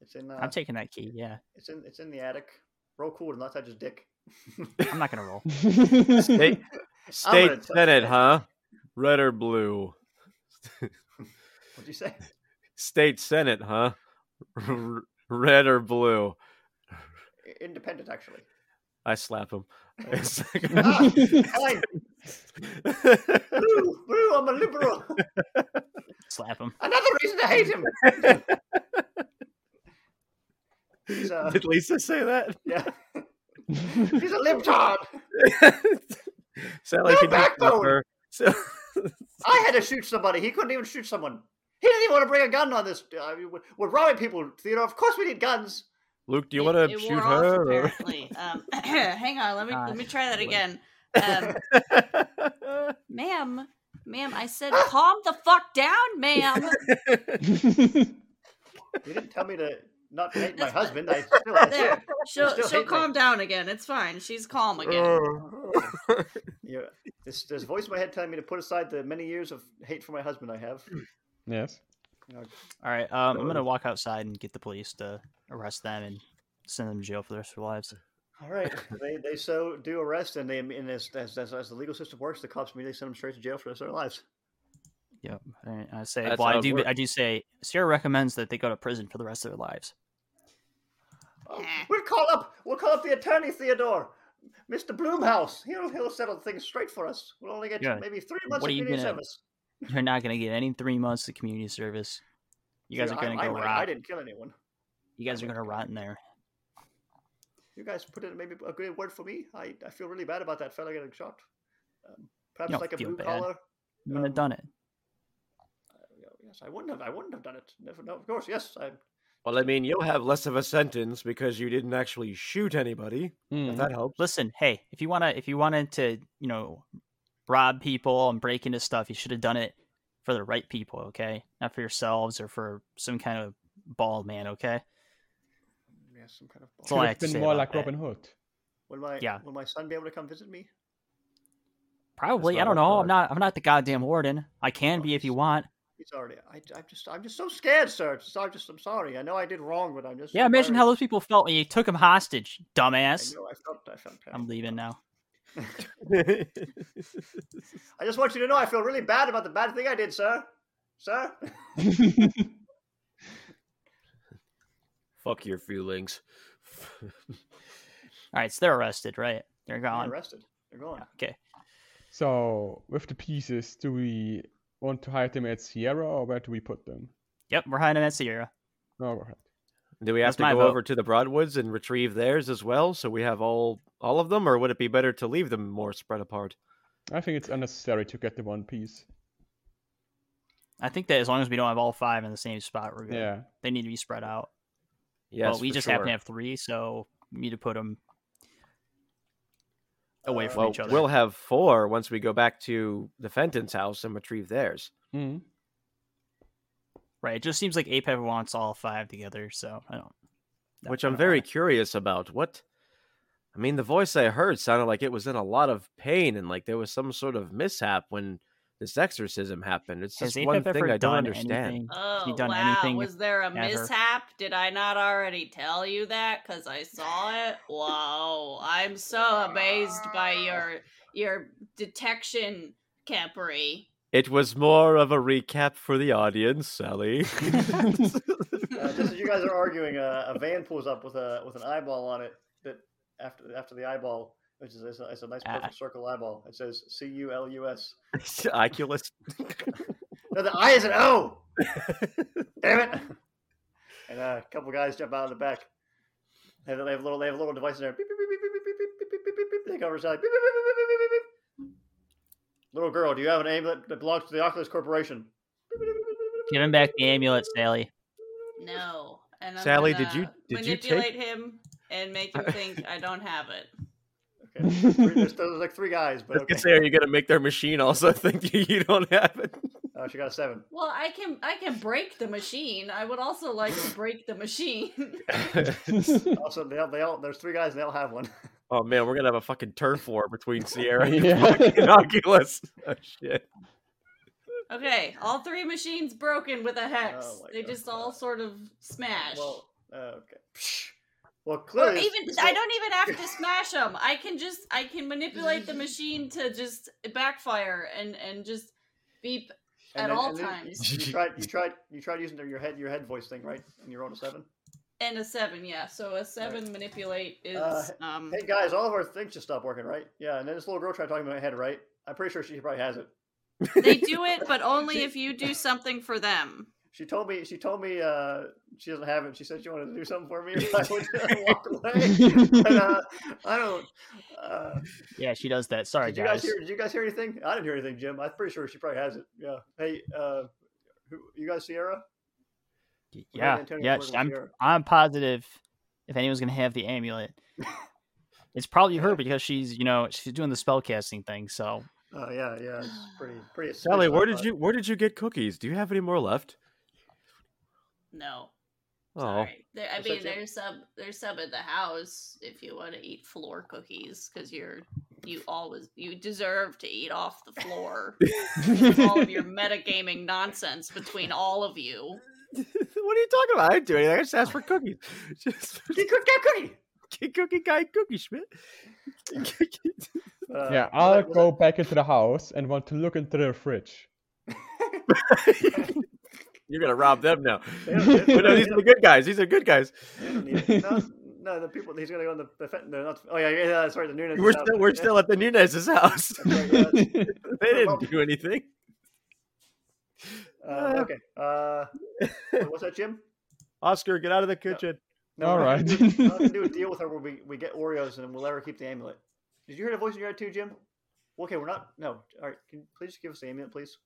Speaker 1: it's in. Uh,
Speaker 5: I'm taking that key. Yeah.
Speaker 1: it's in it's in the attic. Roll cool and not touch his dick. [LAUGHS]
Speaker 5: I'm not gonna roll. [LAUGHS]
Speaker 3: State,
Speaker 1: gonna
Speaker 3: state
Speaker 1: touch that.
Speaker 3: Senate, huh? Red or blue?
Speaker 1: What'd you say?
Speaker 3: State Senate, huh? Red or blue?
Speaker 1: I- Independent, actually.
Speaker 3: I slap him. It's like- [LAUGHS]
Speaker 5: [LAUGHS]
Speaker 1: Ah, fine. Blue, blue. I'm a liberal.
Speaker 5: Slap him.
Speaker 1: Another reason to hate him. He's uh,
Speaker 3: Did Lisa say
Speaker 5: [LAUGHS]
Speaker 3: that?
Speaker 1: yeah. He's a libtard.
Speaker 3: Sound like
Speaker 1: No
Speaker 3: you didn't slap
Speaker 1: backbone!
Speaker 3: her. So,
Speaker 1: I had to shoot somebody. He couldn't even shoot someone. He didn't even want to bring a gun on this. I mean, we're- we're robbing people, Theodore. Of course we need guns.
Speaker 3: Luke, do you
Speaker 4: It-
Speaker 3: want to
Speaker 4: it
Speaker 3: shoot
Speaker 4: wore off,
Speaker 3: her? or- [LAUGHS]
Speaker 4: apparently. um, [CLEARS THROAT] hang on, let me
Speaker 5: Ah,
Speaker 4: let me try that
Speaker 5: wait.
Speaker 4: again.
Speaker 3: [LAUGHS]
Speaker 4: Um, ma'am, ma'am, I said calm the fuck down,
Speaker 3: [LAUGHS]
Speaker 4: ma'am.
Speaker 1: You didn't tell me to not hate my
Speaker 4: That's-
Speaker 1: husband. I still I
Speaker 4: There,
Speaker 1: said,
Speaker 4: she'll
Speaker 1: still
Speaker 4: she'll
Speaker 1: hate me.
Speaker 4: calm down again. It's fine. She's
Speaker 3: [LAUGHS]
Speaker 4: calm again.
Speaker 3: Oh.
Speaker 1: yeah. This this voice in my head telling me to put aside the many years of hate for my husband I
Speaker 5: [LAUGHS]
Speaker 1: have.
Speaker 2: [LAUGHS] yes.
Speaker 5: All right. Um, I'm gonna walk outside and get the police to arrest them and send them to jail for the rest of their lives.
Speaker 1: All right. they they so do arrest and they and as as, as, as the legal system works, the cops immediately send them straight to jail for the rest of their lives.
Speaker 5: Yep. And I say,
Speaker 3: That's
Speaker 5: well,
Speaker 3: how
Speaker 5: I
Speaker 3: it
Speaker 5: do. I
Speaker 3: works.
Speaker 5: do say Sarah recommends that they go to prison for the rest of their lives.
Speaker 1: Oh,
Speaker 4: Eh.
Speaker 1: we'll call up we'll call up the attorney, Theodore. Mr. Bloomhouse. He'll he'll settle things straight for us. We'll only get
Speaker 5: Yeah.
Speaker 1: maybe three months
Speaker 5: What
Speaker 1: of
Speaker 5: are you
Speaker 1: community
Speaker 5: gonna-
Speaker 1: service.
Speaker 5: You're not gonna get any three months of community service. You guys
Speaker 1: Dude,
Speaker 5: are
Speaker 1: I-
Speaker 5: gonna
Speaker 1: I,
Speaker 5: go
Speaker 1: went- I
Speaker 5: rot.
Speaker 1: didn't kill anyone.
Speaker 5: You guys are gonna rot in there.
Speaker 1: You guys put in maybe a good word for me. I, I feel really bad about that fella getting shot. Um, perhaps
Speaker 5: don't
Speaker 1: like a
Speaker 5: feel
Speaker 1: blue
Speaker 5: bad.
Speaker 1: collar.
Speaker 5: You wouldn't have
Speaker 1: Um,
Speaker 5: done it.
Speaker 1: Yeah, Yes, I wouldn't have. I wouldn't have done it. Never. No, of course. Yes, I.
Speaker 3: well, I mean, you'll have less of a sentence because you didn't actually shoot anybody. If
Speaker 5: Mm-hmm.
Speaker 2: Mm.
Speaker 3: that helps. [LAUGHS]
Speaker 5: Listen, hey, if you wanna, if you wanted to, you know, rob people and break into stuff, you should have done it for the right people, okay? Not for yourselves or for some kind of bald man, okay?
Speaker 1: Yes, some kind of.
Speaker 5: That's
Speaker 2: Should
Speaker 5: all I
Speaker 2: have
Speaker 5: have to
Speaker 2: been
Speaker 5: say
Speaker 2: more
Speaker 5: about
Speaker 2: like
Speaker 5: that.
Speaker 2: Robin Hood. [LAUGHS]
Speaker 1: Will my
Speaker 5: yeah.
Speaker 1: Will my son be able to come visit me?
Speaker 5: Probably. I
Speaker 3: not
Speaker 5: don't
Speaker 3: our
Speaker 5: know.
Speaker 3: product.
Speaker 5: I'm not. I'm not the goddamn warden. I can be if you
Speaker 1: Nice.
Speaker 5: want.
Speaker 1: He's already. I, I'm just. I'm just so scared, sir. It's- I'm just. I'm sorry. I know I did wrong, but I'm just.
Speaker 5: Yeah,
Speaker 1: I'm
Speaker 5: imagine how
Speaker 1: worried.
Speaker 5: those people felt when you took them hostage, dumbass.
Speaker 1: I know. I felt. I felt. bad.
Speaker 5: I'm leaving now.
Speaker 1: I just want you to know I feel really bad about the bad thing I did, sir. Sir. [LAUGHS]
Speaker 3: Fuck your feelings. [LAUGHS]
Speaker 5: All right, so they're arrested, right? They're
Speaker 1: I'm
Speaker 5: gone.
Speaker 1: arrested. They're gone.
Speaker 5: Okay.
Speaker 2: so, with the pieces, do we want to hide them at Sierra or where do we put them?
Speaker 5: Yep, we're hiding at Sierra.
Speaker 2: All right.
Speaker 3: Do we have
Speaker 5: That's
Speaker 3: to
Speaker 5: my
Speaker 3: go
Speaker 5: vote.
Speaker 3: over to the Broadwoods and retrieve theirs as well, so we have all all of them, or would it be better to leave them more spread apart?
Speaker 2: I think it's unnecessary to get the one piece.
Speaker 5: I think that as long as we don't have all five in the same spot, we're good.
Speaker 2: Yeah.
Speaker 5: They need to be spread out.
Speaker 3: Yes,
Speaker 5: well, we
Speaker 3: for
Speaker 5: just
Speaker 3: sure.
Speaker 5: happen to have three, so we need to put them away
Speaker 1: Uh,
Speaker 5: from
Speaker 3: Well,
Speaker 5: each other.
Speaker 3: we'll have four once we go back to the Fenton's house and retrieve theirs.
Speaker 2: Mhm.
Speaker 5: Right. It just seems like APEV wants all five together, so I don't. I
Speaker 3: which I'm
Speaker 5: don't know
Speaker 3: very
Speaker 5: why.
Speaker 3: curious about. What? I mean, the voice I heard sounded like it was in a lot of pain and like there was some sort of mishap when this exorcism happened. It's
Speaker 5: Has
Speaker 3: just
Speaker 5: APEV
Speaker 3: one thing
Speaker 5: ever
Speaker 3: I don't
Speaker 5: done
Speaker 3: understand.
Speaker 5: anything- Has he
Speaker 4: Oh
Speaker 5: done
Speaker 4: wow!
Speaker 5: anything?
Speaker 4: Was there a
Speaker 5: ever?
Speaker 4: mishap? Did I not already tell you that? Cause I saw it. Wow! I'm so amazed by your your detection, Capri.
Speaker 3: It was more of a recap for the audience,
Speaker 5: [LAUGHS]
Speaker 3: Sally. [LAUGHS]
Speaker 1: Uh, just as you guys are arguing, uh, a van pulls up with a with an eyeball on it. That after after the eyeball, which is it's a, it's a nice
Speaker 5: Ah.
Speaker 1: perfect circle eyeball. It says C U L U S.
Speaker 5: [LAUGHS]
Speaker 3: Oculus.
Speaker 1: No, the I is an O. Damn it! And uh, a couple guys jump out of the back. And then they have little they have little device in there. Beep, beep, beep, beep, beep, beep, beep, beep, beep, beep, beep, beep. They cover side. Beep, beep, beep, beep, beep, beep, beep, beep. Little girl, do you have an aim that, that belongs to the Oculus Corporation?
Speaker 5: Give him back the amulet, Sally.
Speaker 4: No. And I'm
Speaker 3: Sally,
Speaker 4: gonna
Speaker 3: did you- did you take-
Speaker 4: manipulate him and make him think I don't have it?
Speaker 1: Okay. there's three- There's, there's like three guys, but okay.
Speaker 3: say, are you gonna make their machine also [LAUGHS] think you don't have
Speaker 5: [LAUGHS]
Speaker 3: it?
Speaker 1: Uh, she got a seven.
Speaker 4: Well, I can I can break the machine. I would also like to break the machine. [LAUGHS]
Speaker 3: [LAUGHS]
Speaker 1: Also, they all, they all there's three guys and they all have one.
Speaker 3: oh man, we're gonna have a fucking turf war between
Speaker 5: [LAUGHS]
Speaker 3: Sierra and [LAUGHS]
Speaker 2: Yeah.
Speaker 3: fucking Oculus. Oh, shit.
Speaker 4: okay, all three machines broken with a hex.
Speaker 1: Oh my
Speaker 4: they
Speaker 1: God.
Speaker 4: just all sort of smash.
Speaker 1: Well, uh, okay. Well,
Speaker 4: or
Speaker 1: clearly,
Speaker 4: even I don't even have to smash them. I can just I can manipulate the machine to just backfire and and just beep at all times.
Speaker 1: You tried, you tried, you tried using your head, your head voice thing, right? And you rolled a seven.
Speaker 4: and a seven. Yeah, so a seven manipulate is
Speaker 1: Uh,
Speaker 4: um.
Speaker 1: Hey guys, all of our things just stopped working, right? Yeah, and then this little girl tried talking about my head, right? I'm pretty sure she probably has it.
Speaker 4: They do it, but only if you do something for them.
Speaker 1: She told me, she told me uh, she doesn't have it. She said she wanted to do something for me, and I would walk away. But, uh, I don't. Uh,
Speaker 5: Yeah, she does that. Sorry,
Speaker 1: did you guys
Speaker 5: guys.
Speaker 1: hear? Did you guys hear anything? I didn't hear anything, Jim. I'm pretty sure she probably has it. Yeah. Hey, uh, who, you guys, Sierra? We heard
Speaker 5: Yeah,
Speaker 1: Antonio's
Speaker 5: yeah.
Speaker 1: working with
Speaker 5: I'm,
Speaker 1: Sierra.
Speaker 5: I'm positive if anyone's gonna have the amulet, it's probably her because she's, you know, she's doing the spell casting thing. So
Speaker 1: Oh yeah, yeah. It's pretty, pretty. it's pretty
Speaker 3: Sally, where
Speaker 1: sci-fi.
Speaker 3: did you where did you get cookies? Do you have any more left?
Speaker 4: No,
Speaker 3: Oh,
Speaker 4: sorry. There, I
Speaker 1: That's
Speaker 4: mean,
Speaker 1: okay.
Speaker 4: there's some there's some in the house if you want to eat floor cookies because you're you always you deserve to eat off the floor. with all of your metagaming nonsense between all of you.
Speaker 3: [LAUGHS] what are you talking about? I didn't do anything. I just asked for cookies. [LAUGHS] Just
Speaker 1: Get cook, get cookie.
Speaker 3: get cookie guy cookie Schmidt. [LAUGHS]
Speaker 1: Uh,
Speaker 2: yeah,
Speaker 1: was
Speaker 2: I'll
Speaker 1: that- was
Speaker 2: go back into the house and want to look into the fridge.
Speaker 3: You're gonna rob them [LAUGHS] now.
Speaker 1: that- they don't- they
Speaker 3: But no,
Speaker 1: don't-
Speaker 3: these are the good guys. These are good guys.
Speaker 1: they don't need
Speaker 3: [LAUGHS]
Speaker 1: it. No, no, the people. He's gonna go on the. the fe- no, not, oh yeah, yeah. That's right. The Nunes.
Speaker 3: We're
Speaker 1: is out.
Speaker 3: still we're
Speaker 1: [LAUGHS]
Speaker 3: still at the Nunez's [LAUGHS] house.
Speaker 1: That's right, yeah.
Speaker 3: they didn't do anything.
Speaker 1: Uh, okay.
Speaker 3: [LAUGHS]
Speaker 1: Uh, wait, what's that, Jim?
Speaker 3: Oscar, get out of the kitchen.
Speaker 1: No,
Speaker 2: All
Speaker 1: we're not gonna
Speaker 2: right.
Speaker 1: do- we're not gonna
Speaker 3: [LAUGHS]
Speaker 1: do a deal with her where we, we get Oreos and we'll let her keep the amulet. Did you hear the voice in your head too, Jim? Okay, we're not. No. All right. Can you please just give us the amulet, please,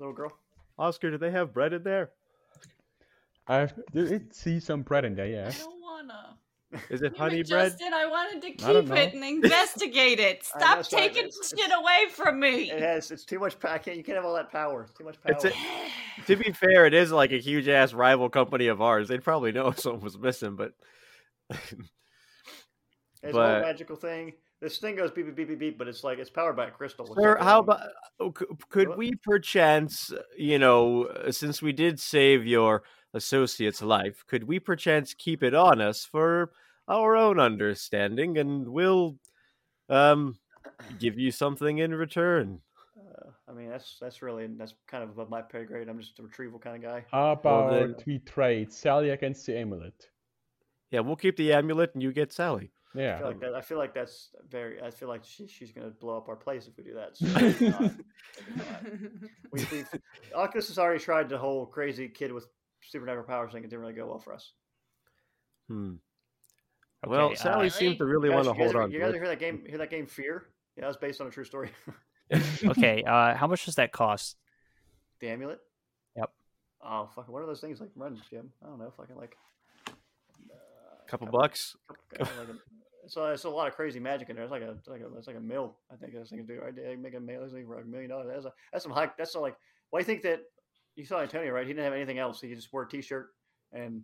Speaker 1: little girl.
Speaker 3: Oscar, do they have bread in there?
Speaker 2: [LAUGHS] I did see some bread in there,
Speaker 4: I
Speaker 2: yeah.
Speaker 4: don't wanna.
Speaker 3: Is it
Speaker 4: Damn
Speaker 3: honey
Speaker 4: it,
Speaker 3: bread?
Speaker 4: Justin, I wanted to
Speaker 2: I don't
Speaker 4: keep it
Speaker 2: know.
Speaker 4: and investigate it.
Speaker 1: I
Speaker 4: Stop
Speaker 1: know, sorry,
Speaker 4: taking
Speaker 1: it's-
Speaker 4: shit
Speaker 1: it's-
Speaker 4: away from me. [LAUGHS]
Speaker 1: It has. It's too much. pa- I can't. You can't have all that power. It's too much power.
Speaker 3: It's a, to be fair, it is like a huge ass rival company of ours. They'd probably know if something was missing, but
Speaker 1: It's a
Speaker 3: But-
Speaker 1: magical thing. This thing goes beep beep beep beep beep, but it's like it's powered by a crystal. which
Speaker 3: Sir,
Speaker 1: I
Speaker 3: how
Speaker 1: don't-
Speaker 3: about oh, c- could
Speaker 1: What?
Speaker 3: we perchance, you know, uh, since we did save your associate's life, could we perchance keep it on us for our own understanding, and we'll um give you something in return?
Speaker 1: Uh, I mean, that's that's really that's kind of above my pay grade. I'm just a retrieval kind of guy.
Speaker 2: How about
Speaker 3: then-
Speaker 2: we trade Sally against the amulet?
Speaker 3: Yeah, we'll keep the amulet, and you get Sally.
Speaker 1: I feel
Speaker 2: Yeah.
Speaker 1: like that. I feel like that's very. I feel like she, she's gonna blow up our place if we do that. So maybe
Speaker 3: [LAUGHS]
Speaker 1: not. we, we've, Oculus has already tried the whole crazy kid with supernatural powers thing. It didn't really go well for us.
Speaker 3: Hmm.
Speaker 5: Okay,
Speaker 3: well,
Speaker 5: uh,
Speaker 3: Sally seemed to really
Speaker 1: Guys,
Speaker 3: want to
Speaker 1: you guys
Speaker 3: hold
Speaker 1: ever-
Speaker 3: on.
Speaker 1: You
Speaker 3: to
Speaker 1: guys
Speaker 3: it.
Speaker 1: hear that game? Hear that game Fear? Yeah, that's based on a true story. [LAUGHS]
Speaker 5: okay, uh, how much does that cost?
Speaker 1: the amulet.
Speaker 5: Yep.
Speaker 1: Oh fucking! What are those things like? Run, Jim. I don't know. Fucking like. uh,
Speaker 3: couple bucks.
Speaker 1: Couple, couple- like a- it's, a, it's a lot of crazy magic in there. It's like a it's like a, it's like a mill. I think this thing can do right. They make a mill. This thing for a million dollars. That's a, that's some high. That's some, like. Well, you think that you saw Antonio right? He didn't have anything else. He just wore a T-shirt, and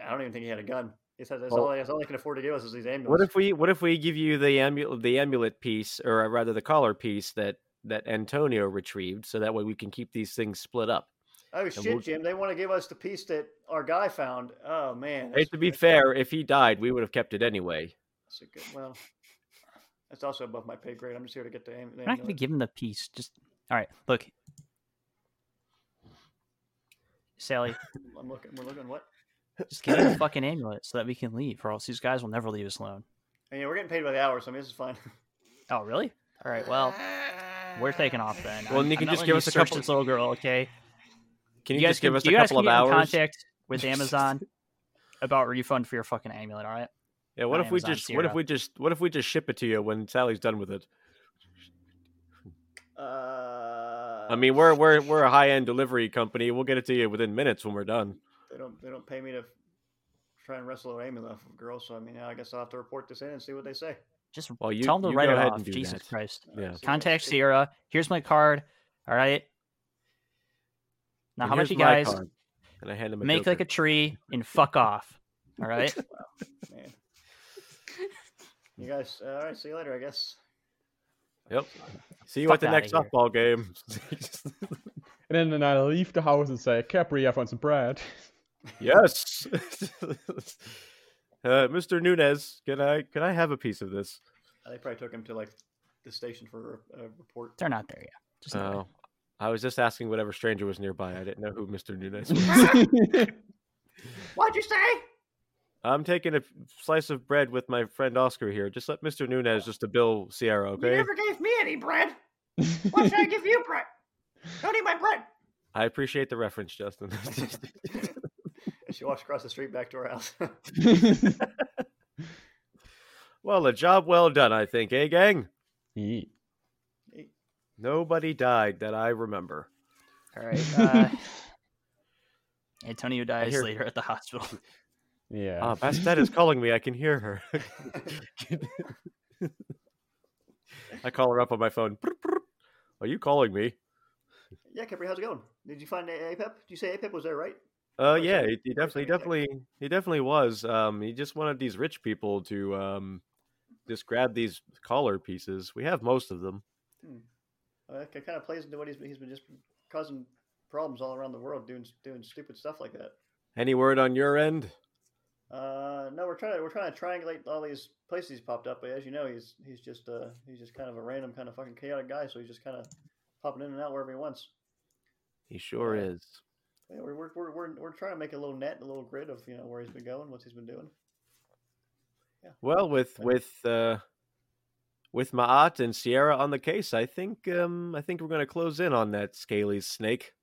Speaker 1: I, I don't even think he had a gun. He said that's
Speaker 3: Well-
Speaker 1: all. That's all they can afford to give us is these amulets.
Speaker 3: Oh. What if we what if we give you the amulet the amulet piece or uh, rather the collar piece that that Antonio retrieved so that way we can keep these things split up.
Speaker 1: Oh shit,
Speaker 3: we'll-
Speaker 1: Jim! They want to give us the piece that our guy found. Oh man!
Speaker 3: Hey,
Speaker 1: that's-
Speaker 3: to be
Speaker 1: that's-
Speaker 3: fair, if he died, we would have kept it anyway.
Speaker 1: that's a good. Well, that's also above my pay grade. I'm just here to get the. am- the
Speaker 5: We're not gonna
Speaker 1: amulet.
Speaker 5: give him the piece. Just all right. Look,
Speaker 3: [LAUGHS]
Speaker 5: Sally,
Speaker 1: I'm looking. We're looking what?
Speaker 5: just give him the fucking amulet so that we can leave, or else these guys will never leave us alone.
Speaker 1: And, yeah, we're getting paid by the hour, so I mean, this is fine.
Speaker 5: Oh, really? All right. Well, we're taking off then.
Speaker 3: Well,
Speaker 5: I'm-
Speaker 3: Nick,
Speaker 5: I'm
Speaker 3: you
Speaker 5: not
Speaker 3: just
Speaker 5: letting
Speaker 3: give
Speaker 5: you
Speaker 3: us a
Speaker 5: search
Speaker 3: couple-
Speaker 5: This little girl, okay?
Speaker 3: Can you,
Speaker 5: guys
Speaker 3: just give
Speaker 5: can-
Speaker 3: us
Speaker 5: you
Speaker 3: a
Speaker 5: guys
Speaker 3: couple
Speaker 5: can
Speaker 3: of
Speaker 5: get in
Speaker 3: hours?
Speaker 5: contact
Speaker 3: [LAUGHS]
Speaker 5: with Amazon about refund for your fucking amulet. All right.
Speaker 3: Yeah, what
Speaker 5: on
Speaker 3: if we
Speaker 5: Amazon
Speaker 3: just what if
Speaker 5: Zero.
Speaker 3: we just what if we just ship it to you when Sally's done with it?
Speaker 1: Uh,
Speaker 3: I mean, we're we're we're a high-end delivery company. We'll get it to you within minutes when we're done.
Speaker 1: they don't they don't pay me to try and wrestle an amulet off of girls. So I mean, I guess I'll have to report this in and see what they say.
Speaker 5: Just
Speaker 3: Well, you
Speaker 5: tell them to
Speaker 3: you
Speaker 5: write
Speaker 3: go
Speaker 5: it
Speaker 3: ahead
Speaker 5: off.
Speaker 3: and do
Speaker 5: Jesus
Speaker 3: that.
Speaker 5: Christ.
Speaker 1: All right,
Speaker 3: Yeah.
Speaker 1: see what-
Speaker 5: Contact
Speaker 1: see-
Speaker 5: Sierra. Here's my card. All right. Now,
Speaker 3: And
Speaker 5: how about
Speaker 3: here's
Speaker 5: you
Speaker 3: my
Speaker 5: guys
Speaker 3: card. And I hand him a
Speaker 5: make like a
Speaker 3: joker.
Speaker 5: tree and fuck off?
Speaker 3: [LAUGHS]
Speaker 5: All right.
Speaker 1: Man. You guys, uh, all right. See you later, I guess.
Speaker 3: Yep. See you
Speaker 5: Fuck
Speaker 3: at the
Speaker 5: outta
Speaker 3: next
Speaker 5: here.
Speaker 3: softball game. [LAUGHS]
Speaker 2: And then, then I leave the house and say, Capri, I found some bread.
Speaker 3: Yes. [LAUGHS] uh, Mr. Nunez, can I can I have a piece of this?
Speaker 1: Uh, They probably took him to like the station for a, a report. [LAUGHS]
Speaker 5: They're not there yet. Just not
Speaker 3: Oh, I was just asking whatever stranger was nearby. I didn't know who Mr. Nunez was.
Speaker 1: What'd you say?
Speaker 3: I'm taking a slice of bread with my friend Oscar here. Just let Mr. Nunez just to bill Sierra,
Speaker 1: You
Speaker 3: okay?
Speaker 1: never gave me any bread. Why should I give you bread? Don't eat my bread.
Speaker 3: I appreciate the reference, Justin. [LAUGHS]
Speaker 1: And she walks across the street back to her house. [LAUGHS]
Speaker 3: well, a job well done, I think, eh, gang?
Speaker 2: Yeah.
Speaker 3: Nobody died that I remember.
Speaker 5: All right.
Speaker 3: [LAUGHS]
Speaker 5: Uh, Antonio dies
Speaker 3: hear-
Speaker 5: later at
Speaker 3: [LAUGHS]
Speaker 5: the hospital. [LAUGHS]
Speaker 2: Yeah.
Speaker 3: Ah, Bastet is calling me. I can hear her. [LAUGHS] I call her up on my phone. Are you calling me?
Speaker 1: yeah, Capri, how's it going? Did you find A- APEP? Did you say APEP was there, right?
Speaker 3: Uh,
Speaker 1: Or
Speaker 3: yeah,
Speaker 1: something-
Speaker 3: he, he
Speaker 1: or
Speaker 3: definitely,
Speaker 1: something
Speaker 3: definitely, he definitely was. Um, he just wanted these rich people to um, just grab these collar pieces. We have most of them.
Speaker 1: Uh, That kind of plays into what he's been, he's been just causing problems all around the world, doing doing stupid stuff like that.
Speaker 3: Any word on your end?
Speaker 1: Uh, no, we're trying to we're trying to triangulate all these places he's popped up, but as you know, he's he's just uh he's just kind of a random kind of fucking chaotic guy, so he's just kind of popping in and out wherever he wants.
Speaker 3: He sure
Speaker 1: Yeah.
Speaker 3: is.
Speaker 1: Yeah, we're, we're, we're, we're, we're trying to make a little net, a little grid of you know where he's been going, what he's been doing.
Speaker 3: Well, with
Speaker 1: Yeah.
Speaker 3: with uh, with Maat and Sierra on the case, I think um, I think we're going to close in on that scaly snake.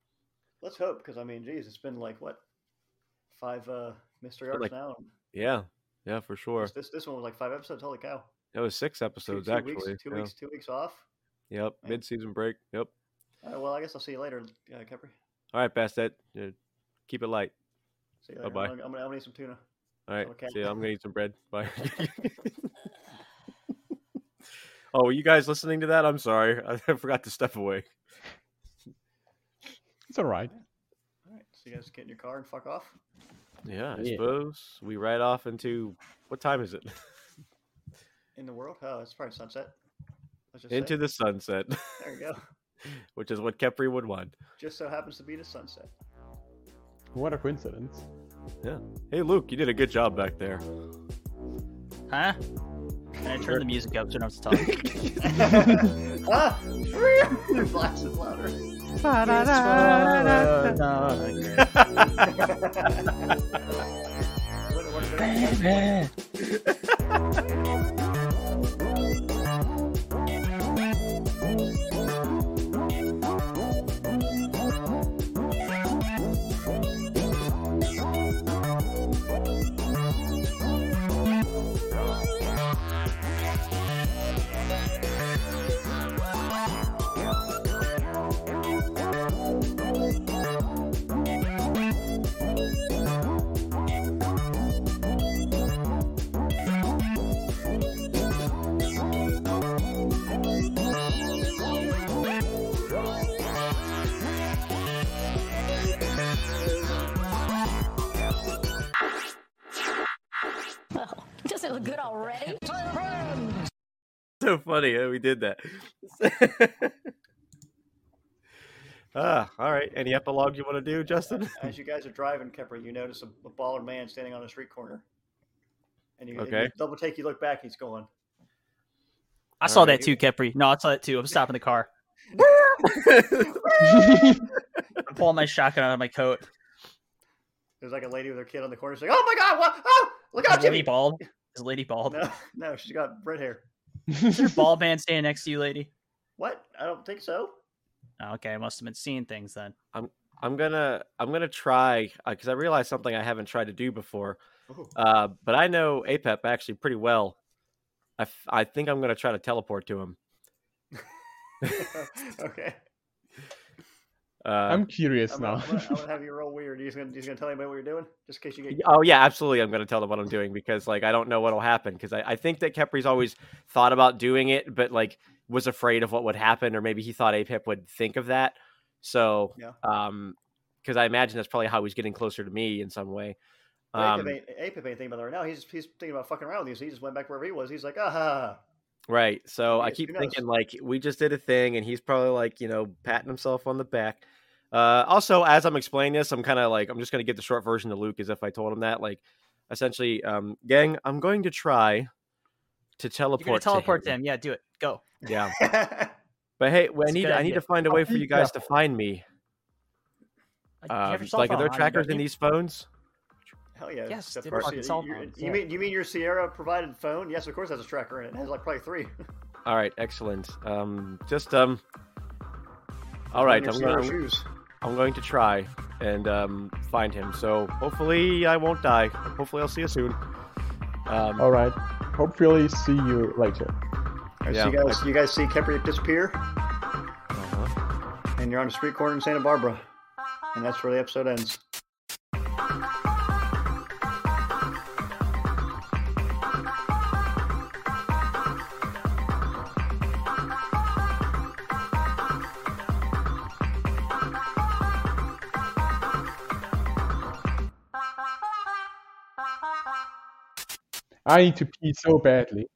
Speaker 1: Let's hope, because I mean, geez, it's been like what five uh mystery arcs
Speaker 3: like
Speaker 1: now. and
Speaker 3: Yeah, yeah, for sure.
Speaker 1: This, this this one was like five episodes. Holy cow!
Speaker 3: That was six
Speaker 1: Two,
Speaker 3: episodes
Speaker 1: two
Speaker 3: actually.
Speaker 1: weeks, two
Speaker 3: yeah.
Speaker 1: weeks, two weeks off.
Speaker 3: Yep,
Speaker 1: Yeah.
Speaker 3: mid season break. Yep.
Speaker 1: All right, well, I guess I'll see you later, uh, Capri.
Speaker 3: All right, Bastet, uh, keep it light.
Speaker 1: See you later.
Speaker 3: Bye-bye.
Speaker 1: I'm gonna, I'm gonna, I'm gonna need some tuna.
Speaker 3: All right.
Speaker 1: Okay.
Speaker 3: See ya. I'm gonna eat some bread.
Speaker 1: [LAUGHS]
Speaker 3: Bye. [LAUGHS] oh, were you guys listening to that? I'm sorry. [LAUGHS] I forgot to step away.
Speaker 2: it's all right.
Speaker 1: All right, so you guys get in your car and fuck off.
Speaker 3: Yeah, I
Speaker 2: Yeah.
Speaker 3: suppose we ride off into what time is it?
Speaker 1: in the world? Oh, it's probably sunset. Let's just say.
Speaker 3: Into the sunset, [LAUGHS]
Speaker 1: There you go. [LAUGHS]
Speaker 3: which is what Kepri would want.
Speaker 1: Just so happens to be the
Speaker 3: [LAUGHS]
Speaker 1: sunset. [LAUGHS]
Speaker 2: What a coincidence.
Speaker 3: Hey, Luke, you did a good job back there.
Speaker 5: Huh? Can I turn the music up so I don't have to
Speaker 3: [LAUGHS]
Speaker 5: talk?
Speaker 1: ah, [LAUGHS] blast it louder.
Speaker 3: Oh,
Speaker 1: Wouldn't work at all.
Speaker 6: Does it look good already?
Speaker 3: [LAUGHS] so funny that we did that. [LAUGHS] ah, all right. Any epilogue you want to do, [LAUGHS] Justin?
Speaker 1: As you guys are driving, Kepper, you notice a, a bald man standing on a street corner. And you, and
Speaker 3: Okay.
Speaker 1: you double take, you look back, he's going.
Speaker 5: [LAUGHS] I saw
Speaker 3: Alright.
Speaker 5: that too, Kepri. No, I saw that too. I'm stopping the car. I'm pulling my shotgun out of my coat.
Speaker 1: There's like a lady with her kid on the corner. She's like, "Oh my god, what? Oh, look out,
Speaker 5: Is
Speaker 3: [LAUGHS]
Speaker 5: Lady
Speaker 1: Jimmy!"
Speaker 5: bald? Is Lady bald?
Speaker 1: No, no, she's got red hair.
Speaker 5: Is your bald man standing next to you, lady?
Speaker 1: What? I don't think so.
Speaker 5: Oh, okay, I must have been seeing things then.
Speaker 3: I'm gonna I'm gonna try because I realized something I haven't tried to do before.
Speaker 1: Ooh.
Speaker 3: Uh, but I know Apep actually pretty well. I, f- I think I'm gonna try to teleport to him.
Speaker 1: [LAUGHS]
Speaker 3: [LAUGHS]
Speaker 1: okay.
Speaker 3: Uh,
Speaker 2: [LAUGHS] I'm curious
Speaker 1: I'm,
Speaker 2: now.
Speaker 1: gonna, I'm,
Speaker 2: [LAUGHS]
Speaker 1: gonna, I'm gonna have you roll weird. He's gonna, he's gonna tell anybody what you're doing, just in case you get.
Speaker 3: y- oh [LAUGHS] yeah, absolutely. I'm gonna tell them what I'm doing because like I don't know what'll happen because I, I think that Kepri's always thought about doing it, but like was afraid of what would happen, or maybe he thought Apep would think of that. So
Speaker 1: Yeah.
Speaker 3: um because I imagine that's probably how he's getting closer to me in some way.
Speaker 1: Um,
Speaker 3: Um,
Speaker 1: ain't, Ape ain't thinking about that right now. He's he's thinking about fucking around with you. So he just went back wherever he was. He's like, ah,
Speaker 3: Right. So I
Speaker 1: Yes,
Speaker 3: keep
Speaker 1: who knows?
Speaker 3: thinking like we just did a thing and he's probably like, you know, patting himself on the back. Uh also as I'm explaining this, I'm kind of like I'm just going to give the short version to Luke as if I told him that like essentially um gang, I'm going to try to
Speaker 5: You're gonna
Speaker 3: teleport
Speaker 5: teleport
Speaker 3: to him.
Speaker 5: Yeah, do it. Go. [LAUGHS]
Speaker 3: Yeah.
Speaker 1: ha. [LAUGHS]
Speaker 3: But hey, I
Speaker 5: That's a
Speaker 3: need
Speaker 5: good
Speaker 3: I need
Speaker 5: idea.
Speaker 3: to find a
Speaker 2: I'll
Speaker 3: way for
Speaker 2: be
Speaker 3: you guys to find me.
Speaker 5: Uh, you have
Speaker 3: Um,
Speaker 5: your cell
Speaker 3: like are there
Speaker 5: phone on you,
Speaker 3: trackers
Speaker 5: don't
Speaker 3: in
Speaker 5: you?
Speaker 3: these phones?
Speaker 1: Hell yeah.
Speaker 5: Yes,
Speaker 1: of
Speaker 5: dude,
Speaker 1: course.
Speaker 5: fucking
Speaker 1: You-
Speaker 5: cell
Speaker 1: you-
Speaker 5: phones,
Speaker 1: you
Speaker 5: yeah.
Speaker 1: mean you mean your Sierra provided phone? Yes, of course, it has a tracker in it. It has like probably three.
Speaker 3: All right, excellent. Um just um
Speaker 1: [LAUGHS]
Speaker 3: All right,
Speaker 1: Your
Speaker 3: I'm
Speaker 1: Sierra
Speaker 3: going to
Speaker 1: shoes.
Speaker 3: I'm going to try and um, find him. So hopefully I won't die. Hopefully I'll see you soon. Um,
Speaker 2: Alright. Hopefully see you later.
Speaker 1: All right,
Speaker 3: Yeah,
Speaker 1: so you guys, you guys see Kepri disappear, and you're on a street corner in Santa Barbara, and that's where the episode ends.
Speaker 2: I need to pee so badly.